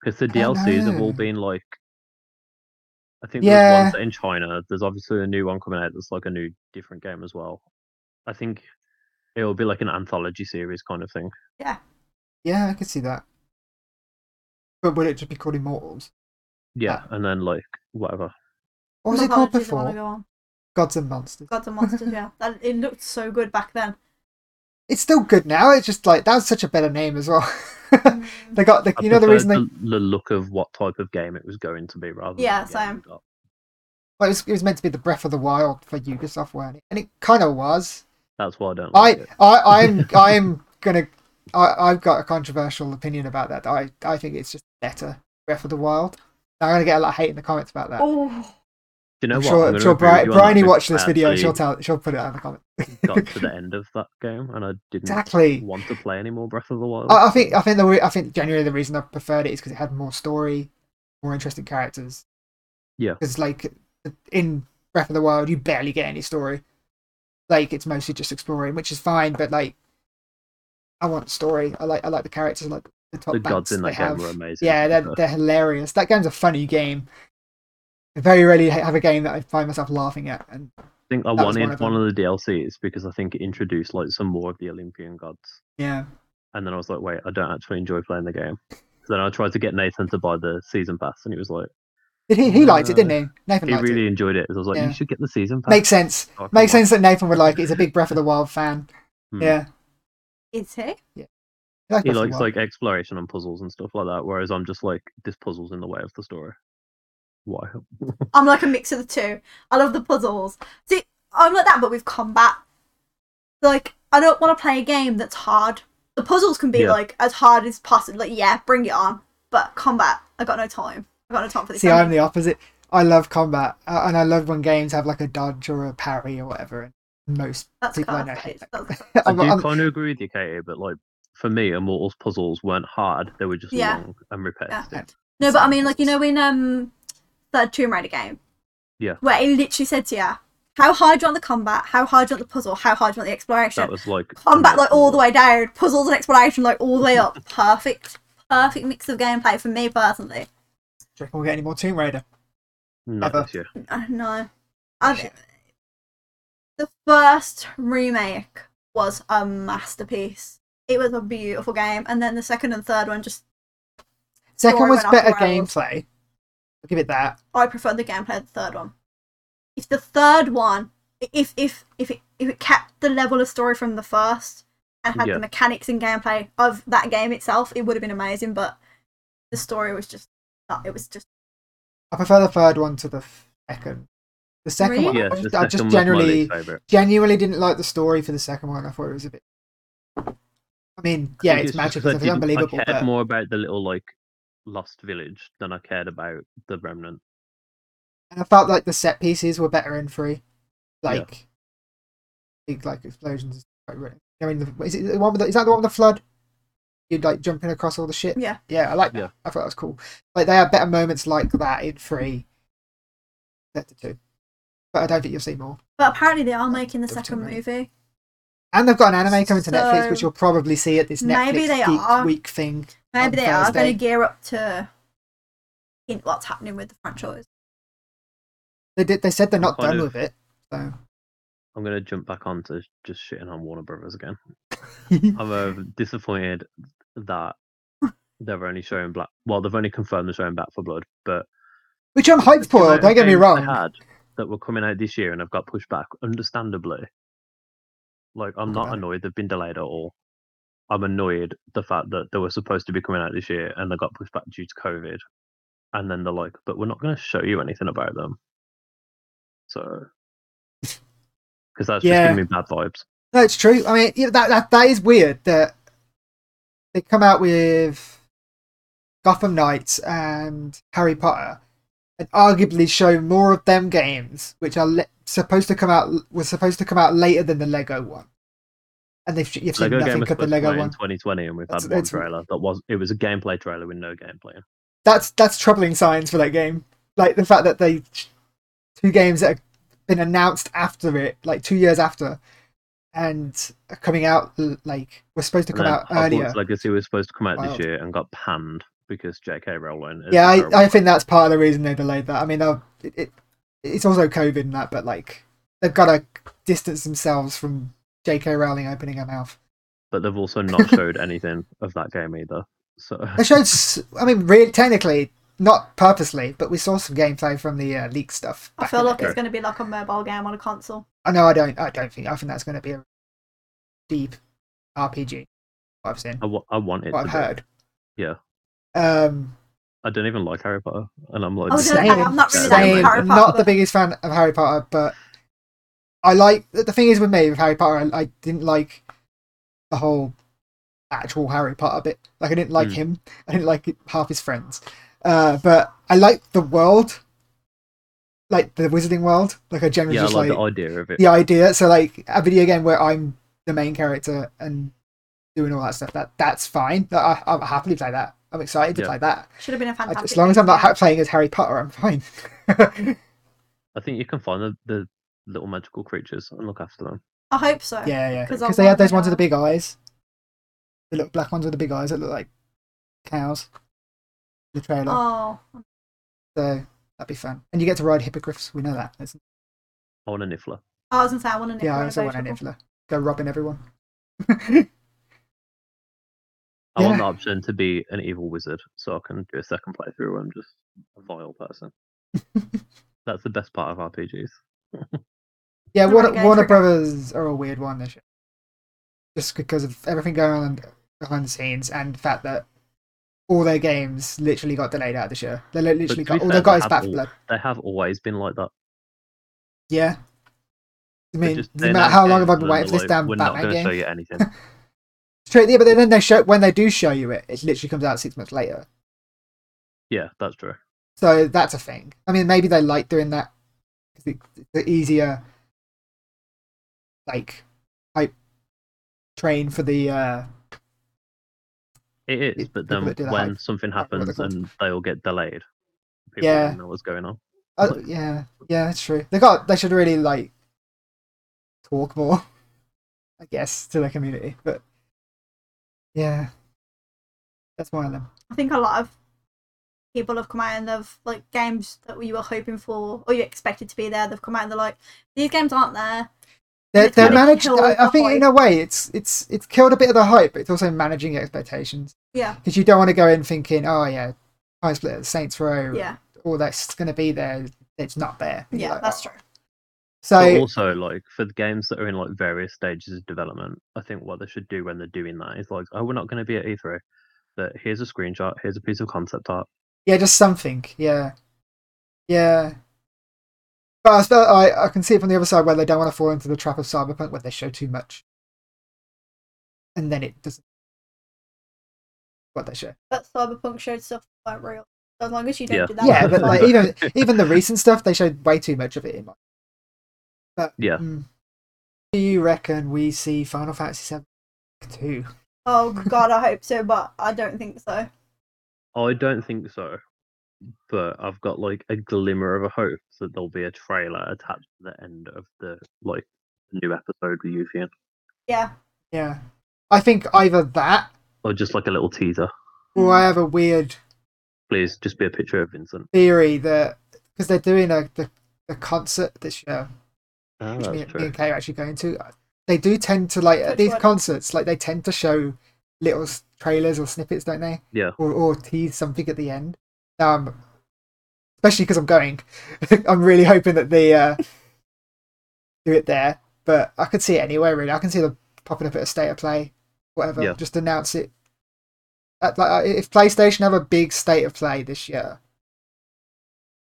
C: because the
A: don't
C: DLCs have all
A: know.
C: been like, I think there's
A: Yeah.
C: one set in China. There's obviously a new one coming out that's like a new different game as well. I think it will be like an anthology series kind of thing.
A: yeah, I could see that. But would it just be called Immortals?
C: Yeah, and then like whatever.
A: What was it called
B: Mythologies I wanna
A: before?
B: go on.
A: Gods and Monsters.
B: Gods and Monsters, yeah. That, it looked so good back then.
A: It's still good now. It's just like that's such a better name as well.
B: Mm.
A: they got the
C: I
A: you know the
C: preferred
A: reason they
C: the, the look of what type of game it was going to be rather.
B: Yeah,
C: than the game
B: same.
C: we got.
A: Well, it was, it was meant to be the Breath of the Wild for Ubisoft, weren't it? And it kind of was.
C: That's why I don't like
A: I,
C: it.
A: I, I'm, I'm gonna. I, I've got a controversial opinion about that. I, I think it's just better Breath of the Wild. I'm gonna get a lot of hate in the comments about that.
B: Oh,
C: Do you know
A: I'm
C: what?
A: sure,
C: I'm
A: I'm
C: gonna
A: sure
C: agree
A: Bri-
C: with you on that
A: Bryony
C: because
A: watched this
C: I
A: video. and She'll
C: actually
A: tell. She'll put it in the comments.
C: got to the end of that game, and I didn't
A: Exactly.
C: want to play any more Breath of the Wild.
A: I, I think. I think the. Re- I think generally the reason I preferred it is because it had more story, more interesting characters.
C: Yeah.
A: Because like in Breath of the Wild, you barely get any story. Like it's mostly just exploring, which is fine. But like, I want story. I like. I like the characters. I like the top.
C: the gods
A: bats
C: in
A: they
C: that game
A: have.
C: were amazing.
A: Yeah, they're, they're hilarious. That game's a funny game. I very rarely ha- have a game that I find myself laughing at. And
C: I think I
A: that was one
C: wanted
A: of
C: one of, the DLCs because I think it introduced like some more of the Olympian gods,
A: yeah,
C: and then I was like, wait, I don't actually enjoy playing the game. So then I tried to get Nathan to buy the season pass, and he was like,
A: Did he, he liked it, didn't he? Nathan
C: he
A: liked
C: really
A: it.
C: enjoyed it. So I was like,
A: Yeah.
C: you should get the season pass.
A: Makes sense.
C: so I can
A: Makes
C: watch
A: sense that Nathan would like it. He's a big Breath of the Wild fan.
C: Hmm.
A: Yeah,
B: is he?
A: he, likes
C: he
A: Breath of the
C: likes
A: Wild.
C: like exploration and puzzles and stuff like that, whereas I'm just like this puzzle's in the way of the story. Why?
B: I'm like a mix of the two. I love the puzzles. See, I'm like that, but with combat. Like, I don't want to play a game that's hard. The puzzles can be
C: Yeah.
B: like as hard as possible. Like, yeah, bring it on. But combat, I got no time. I got no time for this.
A: See,
B: I'm-
A: I'm the opposite. I love combat, uh, and I love when games have like a dodge or a parry or whatever. And most
B: that's
A: people I know hate
B: perfect.
A: that.
B: That's perfect.
C: I
A: I'm-
C: do
A: I'm-
C: kind of agree with you, Katie, but like for me, Immortals puzzles weren't hard; they were just
B: Yeah.
C: long and repetitive.
B: No, but I mean, like you know, in um, third Tomb Raider game,
C: Yeah.
B: where it literally said to you, "How hard do you want the combat? How hard do you want the puzzle? How hard do you want the exploration?"
C: That was like
B: combat like all the
C: Immortals.
B: way down, puzzles and exploration like all the way up. Perfect, perfect mix of gameplay for me personally.
A: Do you reckon we'll get any more Tomb Raider?
C: Not
A: ever.
C: this year.
B: Uh, No, I've, the first remake was a masterpiece. It was a beautiful game, and then the second and third one just
A: Second
B: Story
A: was
B: went off
A: better
B: the rails.
A: gameplay. I'll give it that.
B: I prefer the gameplay of the third one. If the third one, if if if it if it kept the level of story from the first and had
C: Yeah.
B: the mechanics and gameplay of that game itself, it would have been amazing. But the story was just uh, it was just
A: I prefer the third one to the f- second. The second one,
C: Yeah,
A: I
C: the
A: just, I
C: second
A: just
C: was my
A: generally
C: least favorite.
A: genuinely didn't like the story for the second one. I thought it was a bit. I mean, yeah, it's, magic. It's unbelievable.
C: I cared
A: but...
C: more about the little like lost village than I cared about the remnant.
A: and I felt like the set pieces were better in three,
C: Yeah.
A: like big like explosions. and stuff like really- I mean, the, is it the one with the, is that the one with the flood? You'd like jumping across all the shit.
B: Yeah.
A: yeah, I like that.
C: Yeah.
A: I thought that was cool. Like they had better moments like that in three, than the two, but I don't think you'll see more.
B: But apparently they are making the
A: They've done
B: second
A: it.
B: movie.
A: And they've got an anime coming to Netflix,
B: So-
A: which you'll probably see at this Netflix
B: Maybe they
A: Geek
B: are.
A: Week thing.
B: Maybe
A: On
B: they are going
A: Thursday.
B: to gear up to hint what's happening with the franchise.
A: They did. They said they're not done
C: Kind of-
A: with it. So
C: I'm gonna jump back on to just shitting on Warner Brothers again. I'm uh, disappointed that they're only showing Black. Well, they've only confirmed they're showing Back for Blood, but
A: which I'm hyped
C: the
A: for.
C: amount of
A: Don't get me
C: games
A: wrong.
C: They had that were coming out this year and have got pushed back, understandably. Like, I'm not
A: Okay.
C: annoyed they've been delayed at all. I'm annoyed the fact that they were supposed to be coming out this year and they got pushed back due to COVID. And then they're like, but we're not going to show you anything about them. So, because that's just
A: Yeah.
C: giving me bad vibes.
A: No, it's true. I mean, yeah, that, that that is weird that they come out with Gotham Knights and Harry Potter, and arguably show more of them games, which are le- supposed to come out was supposed to come out later than the Lego one, and they've you've seen
C: Lego game
A: nothing
C: was
A: of the
C: supposed to come out
A: Lego
C: in
A: one.
C: 2020, and we've
A: That's-
C: had one
A: it's-
C: trailer that was it was a gameplay trailer with no gameplay.
A: That's that's troubling signs for that game. Like the fact that they two games that have been announced after it, like two years after, and are coming out l- like were supposed to
C: And
A: come
C: then
A: out
C: Hogwarts
A: earlier.
C: Legacy was supposed to come out
A: Wild.
C: this year and got panned because J.K. Rowling. is
A: yeah,
C: a
A: I,
C: terrible
A: I think that's part of the reason they delayed that. I mean, uh, it, it it's also COVID and that, but like they've got to distance themselves from J.K. Rowling opening her mouth.
C: but they've also not showed anything of that game either. So
A: They showed, s- I mean, really technically not purposely, but we saw some gameplay from the uh, leak stuff.
B: I
A: back
B: feel
A: in the
B: like it's
A: day.
B: going to be like a mobile game on a console.
A: I know I don't. I don't think. I think that's going to be a deep RPG. What I've seen,
C: Oh, I, wa- I want it.
A: what I've
C: to be.
A: heard.
C: yeah.
A: Um,
C: I don't even like Harry Potter, and I'm like,
B: Oh,
C: "This
B: no,
C: is
B: okay, I'm not really that
C: terrible."
B: into Harry
A: I'm
B: Potter,
A: not the
B: but-
A: biggest fan of Harry Potter, but I like the the thing is with me with Harry Potter, I, I didn't like the whole actual Harry Potter bit. Like I didn't like
C: Hmm.
A: him. I didn't like half his friends. Uh, but I like the world, like the Wizarding world. Like I generally
C: Yeah, I
A: just
C: like
A: like,
C: the idea of it.
A: the idea. So like a video game where I'm the main character and doing all that stuff. That that's fine. That- I, I'll happily play that. I'm excited to
C: Yeah.
A: play that.
B: Should have been a
A: I-
B: fantastic.
A: as long as I'm
B: game,
A: not
B: yeah.
A: ha- playing as Harry Potter, I'm fine.
C: I think you can find the, the little magical creatures and look after them.
B: I hope so.
A: Yeah, yeah.
B: 'Cause
A: Because
B: I
A: they had
B: want
A: those ones with the
B: another-
A: big eyes. The little black ones with the big eyes that look like cows. The trailer.
B: Oh,
A: So that'd be fun. And you get to ride hippogriffs. We know that. That's,
C: I want a Niffler.
B: I was gonna say I want to.
A: yeah, I also want an infla. Go robbing everyone.
C: I want
A: Yeah.
C: the option to be an evil wizard, so I can do a second playthrough where I'm just a vile person. That's the best part of RPGs.
A: Yeah,
B: The
A: Warner,
B: right guys
A: Warner
B: for that.
A: Brothers are a weird one this year. Just because of everything going on behind the scenes and the fact that all their games literally got delayed out this year. They
C: But
A: literally
C: to
A: got
C: be
A: all
C: fair,
A: they got is
C: have
A: Back
C: al-
A: for Blood.
C: They have always been like that.
A: Yeah. I
C: They
A: mean,
C: just-
A: no
C: they
A: matter
C: announce
A: how long
C: games
A: have I been
C: and then
A: waiting for
C: they're
A: this
C: like,
A: damn
C: We're not
A: Batman
C: going to
A: game?
C: show you anything.
A: It's true, yeah, but then they show when they do show you it, it literally comes out six months later.
C: yeah, that's true.
A: So that's a thing. I mean, maybe they like doing that because it's the easier, like, hype train for the. uh
C: It is,
A: It-
C: but
A: people
C: then
A: that do the
C: when
A: hype.
C: something
A: what they're
C: happens
A: called.
C: and they all get delayed, people
A: Yeah.
C: don't know what's going on.
A: oh, yeah, yeah, that's true. They got. They should really like talk more, I guess, to their community. But yeah, that's one of them.
B: I think a lot of people have come out and they've like games that you were hoping for or you expected to be there. They've come out and they're like, these games aren't there.
A: They're,
B: It's kind
A: they're
B: of
A: managed.
B: killed
A: I, I
B: the
A: think in
B: hype.
A: a way, it's it's it's killed a bit of the hype, but it's also managing expectations.
B: Yeah.
A: because you don't want to go in thinking, oh yeah, High Split, Saints Row,
B: Yeah,
A: all that's going to be there. It's not there. And you're
B: yeah,
A: like,
B: that's
A: "Oh."
B: true.
C: But
A: So
C: also, like for the games that are in like various stages of development, I think what they should do when they're doing that is like, oh, we're not going to be at E3, but here's a screenshot, here's a piece of concept art.
A: yeah, just something. Yeah, yeah. But I, still- I I can see it from the other side where they don't want to fall into the trap of Cyberpunk where they show too much, and then it doesn't. What they show.
B: But Cyberpunk showed stuff that weren't real. So as long as you don't
C: Yeah.
B: do that,
A: yeah,
B: it's
A: but like
B: fine.
A: even even the recent stuff, they showed way too much of it. In my... But
C: Yeah.
A: mm, do you reckon we see Final Fantasy VII two?
B: oh god, I hope so, but I don't think so.
C: I don't think so, but I've got like a glimmer of a hope that there'll be a trailer attached to the end of the like new episode with Yuffie,
B: Yeah,
A: Yeah, I think either that
C: or just like a little teaser.
A: or
B: Mm.
A: I have a weird
C: Please, just be a picture of Vincent.
A: theory that because they're doing a the, the concert this year,
C: Oh,
A: which me,
C: that's
A: and- me
C: true.
A: and Kay are actually going to, they do tend to like at
B: Which
A: these
B: one?
A: concerts, like they tend to show little s- trailers or snippets, don't they?
C: Yeah.
A: Or, or tease something at the end. Um, especially because I'm going, I'm really hoping that they uh, do it there. But I could see it anywhere really. I can see them popping up at a state of play, whatever.
C: Yeah.
A: Just announce it. At, like uh, if PlayStation have a big state of play this year,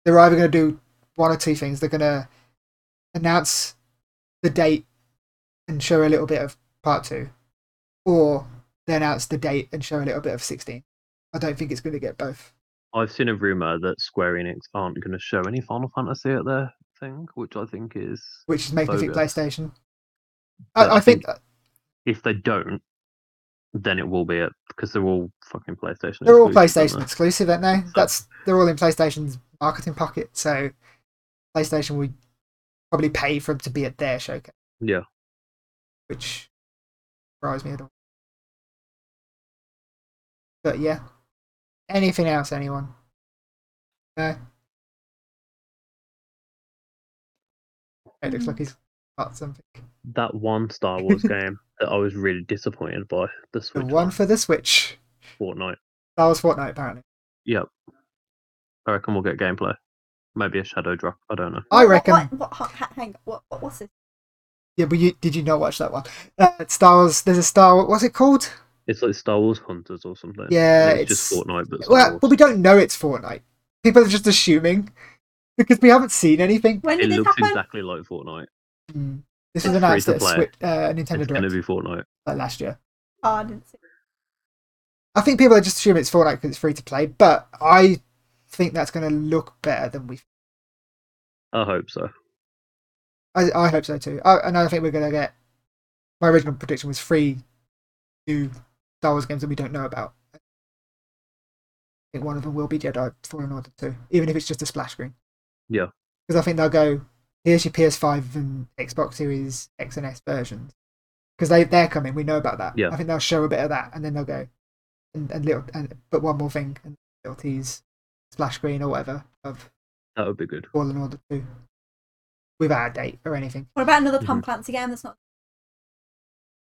A: they're either going to do one or two things. They're going to announce the date and show a little bit of part two, or they announce the date and show a little bit of 16. I don't think it's going to get both.
C: I've seen a rumor that Square Enix aren't going to show any Final Fantasy at their thing, which I think is
A: which is making me think
C: Bogus.
A: PlayStation.
C: But
A: I, I
C: I
A: think,
C: if they don't, then it will be it because they're all fucking PlayStation.
A: they're all
C: exclusives,
A: PlayStation
C: aren't
A: exclusive, aren't they?
C: So-
A: That's they're all in PlayStation's marketing pocket, so PlayStation will probably pay for them to be at their showcase,
C: they? Yeah.
A: which surprised me at all. But yeah, anything else, anyone? No. It looks like he's got something.
C: that one Star Wars game that I was really disappointed by the
A: The
C: Switch
A: one for the Switch.
C: one, Fortnite.
A: That was Fortnite, apparently.
C: I reckon we'll get gameplay. Maybe a shadow drop. I don't know.
A: I
B: What-
A: reckon.
B: What, what, what, ha- hang on, what, what, what's this?
A: Yeah, but you did you not watch that one? Uh, Star Wars. There's a Star. Wars, What's it called?
C: It's like Star Wars Hunters or something.
A: Yeah,
C: Uh, it's, just
A: it's-
C: Fortnite, but Star
A: Well,
C: Wars.
A: but we don't know it's Fortnite. People are just assuming because we haven't seen anything.
B: When
C: it
B: did this
C: looks
B: happen?
C: exactly like Fortnite.
A: Hmm. This was
B: It's
A: announced
C: free
A: at
C: to
A: a
C: play.
A: Switch, uh, Nintendo
C: It's going to
A: Direct
C: be Fortnite.
A: like last year.
B: Oh, I didn't see.
A: I think people are just assuming it's Fortnite because it's free to play, but I think that's going to look better than we.
C: I hope so.
A: I, I hope so too. I, and I think we're going to get. My original prediction was three new Star Wars games that we don't know about. I think one of them will be Jedi Fallen Order 2, even if it's just a splash screen.
C: Yeah.
A: Because I think they'll go, here's your PS5 and Xbox Series X and S versions. Because they, they're coming, we know about that.
C: Yeah.
A: I think they'll show a bit of that and then they'll go, and, and little, and, but one more thing, and little tease, splash screen or whatever of
C: That would be good.
A: Fallen Order 2 without a date or anything.
B: What about another Tom
C: Mhm.
B: Clancy game that's not?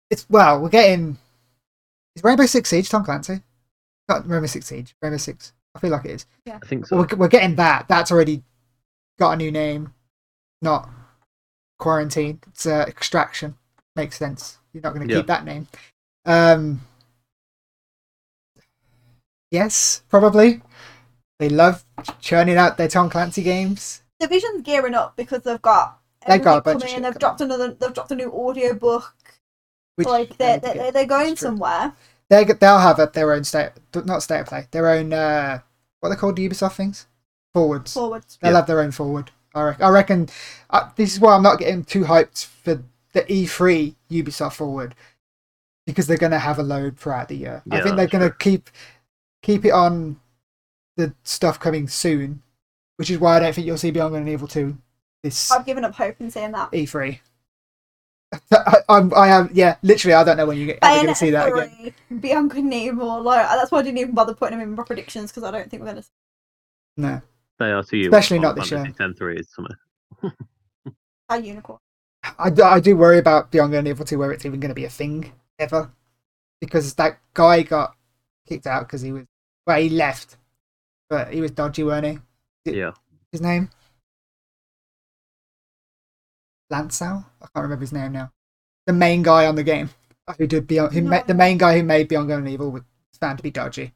A: it's well, we're getting is Rainbow Six Siege Tom Clancy? Not Rainbow Six Siege, Rainbow Six. I feel like it is.
C: I think so.
A: Well, we're, we're getting that. That's already got a new name. Not quarantine. It's uh, extraction. Makes sense. You're not going to
C: Yeah.
A: keep that name. Um. Yes, probably. They love churning out their Tom Clancy games.
B: Division's gearing up because they've got
A: They've got a
B: everything
A: bunch of
B: coming,
A: shit
B: They've
A: coming.
B: dropped another. They've dropped a new audio book.
A: Which
B: like
A: I need
B: they're
A: to
B: they're,
A: get.
B: they're going
A: That's true.
B: somewhere.
A: they they'll have a, their own state, but not state of play, their own uh, what are they called the Ubisoft things, forwards.
B: Forwards.
A: They'll
C: Yeah.
A: have their own forward. I reckon. I reckon uh, this is why I'm not getting too hyped for the E3 Ubisoft forward because they're going to have a load throughout the year. I
C: Yeah,
A: think they're
C: that's
A: going to keep keep it on the stuff coming soon, which is why I don't think you'll see Beyond Good and Evil 2 this
B: I've given up hope in seeing that.
A: E3. I, I'm, I am, yeah, literally, I don't know when you get ever going to
B: Bayonet
A: see that again.
B: 3, Beyond Good and Evil. Like that's why I didn't even bother putting them in my predictions because I don't think we're gonna.
A: No.
C: They are to you.
A: Especially not this year.
C: Ten three is something.
B: A unicorn.
A: I, do- I do worry about Beyond Good and Evil 2 where it's even going to be a thing ever because that guy got kicked out because he was well he left but he was dodgy weren't he Yeah.
C: Yeah,
A: his name Lansau I can't remember his name now the main guy on the game who did Beyond who
B: No,
A: ma- the
B: I-
A: main guy who made Beyond Good and Evil was found to be dodgy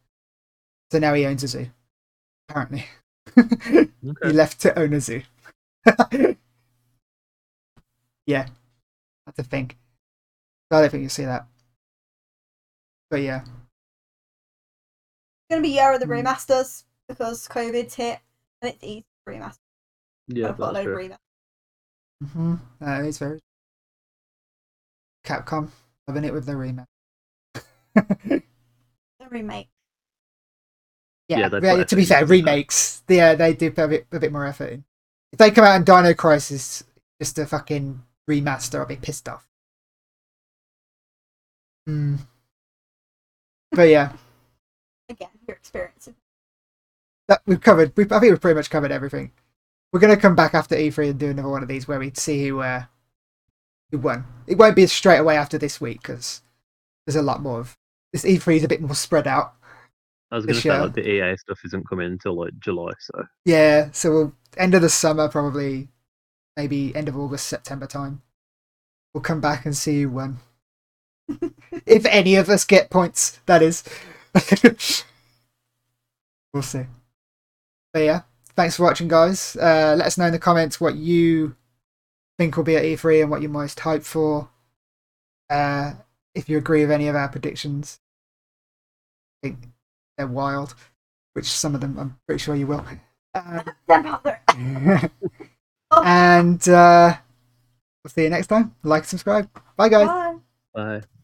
A: so now he owns a zoo apparently he
C: okay.
A: left to own a zoo. yeah, that's a thing. I don't think you see that. But yeah,
B: It's gonna be year of the
A: Hmm.
B: remasters because COVID's hit and it's easy to remaster.
C: yeah,
B: I've got a
C: that's
B: load of
C: true.
B: remasters.
A: mm-hmm. that is very. Capcom loving it with the remake.
B: The remake.
A: Yeah,
C: Yeah, they put
A: really, to be
C: effort
A: fair,
C: into it.
A: remakes. Yeah, they do put a bit, a bit more effort in. If they come out and Dino Crisis just a fucking remaster, I'll be pissed off. Hmm. But yeah,
B: Again, your experience.
A: that we've covered. We've, I think we've pretty much covered everything. We're gonna come back after E3 and do another one of these where we see who uh, who won. It won't be straight away after this week because there's a lot more of this. E3 is a bit more spread out.
C: I was
A: this
C: going to say
A: year.
C: like, the EA stuff isn't coming until like July, so
A: Yeah, so we'll end of the summer probably, maybe end of August, September time. We'll come back and see who won. if any of us get points, that is. we'll see. But yeah, thanks for watching, guys. Uh, let us know in the comments what you think will be at E3 and what you're most hyped for. Uh, if you agree with any of our predictions, I think they're wild, which some of them I'm pretty sure you will. Um,
B: Don't bother.
A: and uh, we'll see you next time. Like, subscribe. Bye, guys.
B: Bye.
C: bye.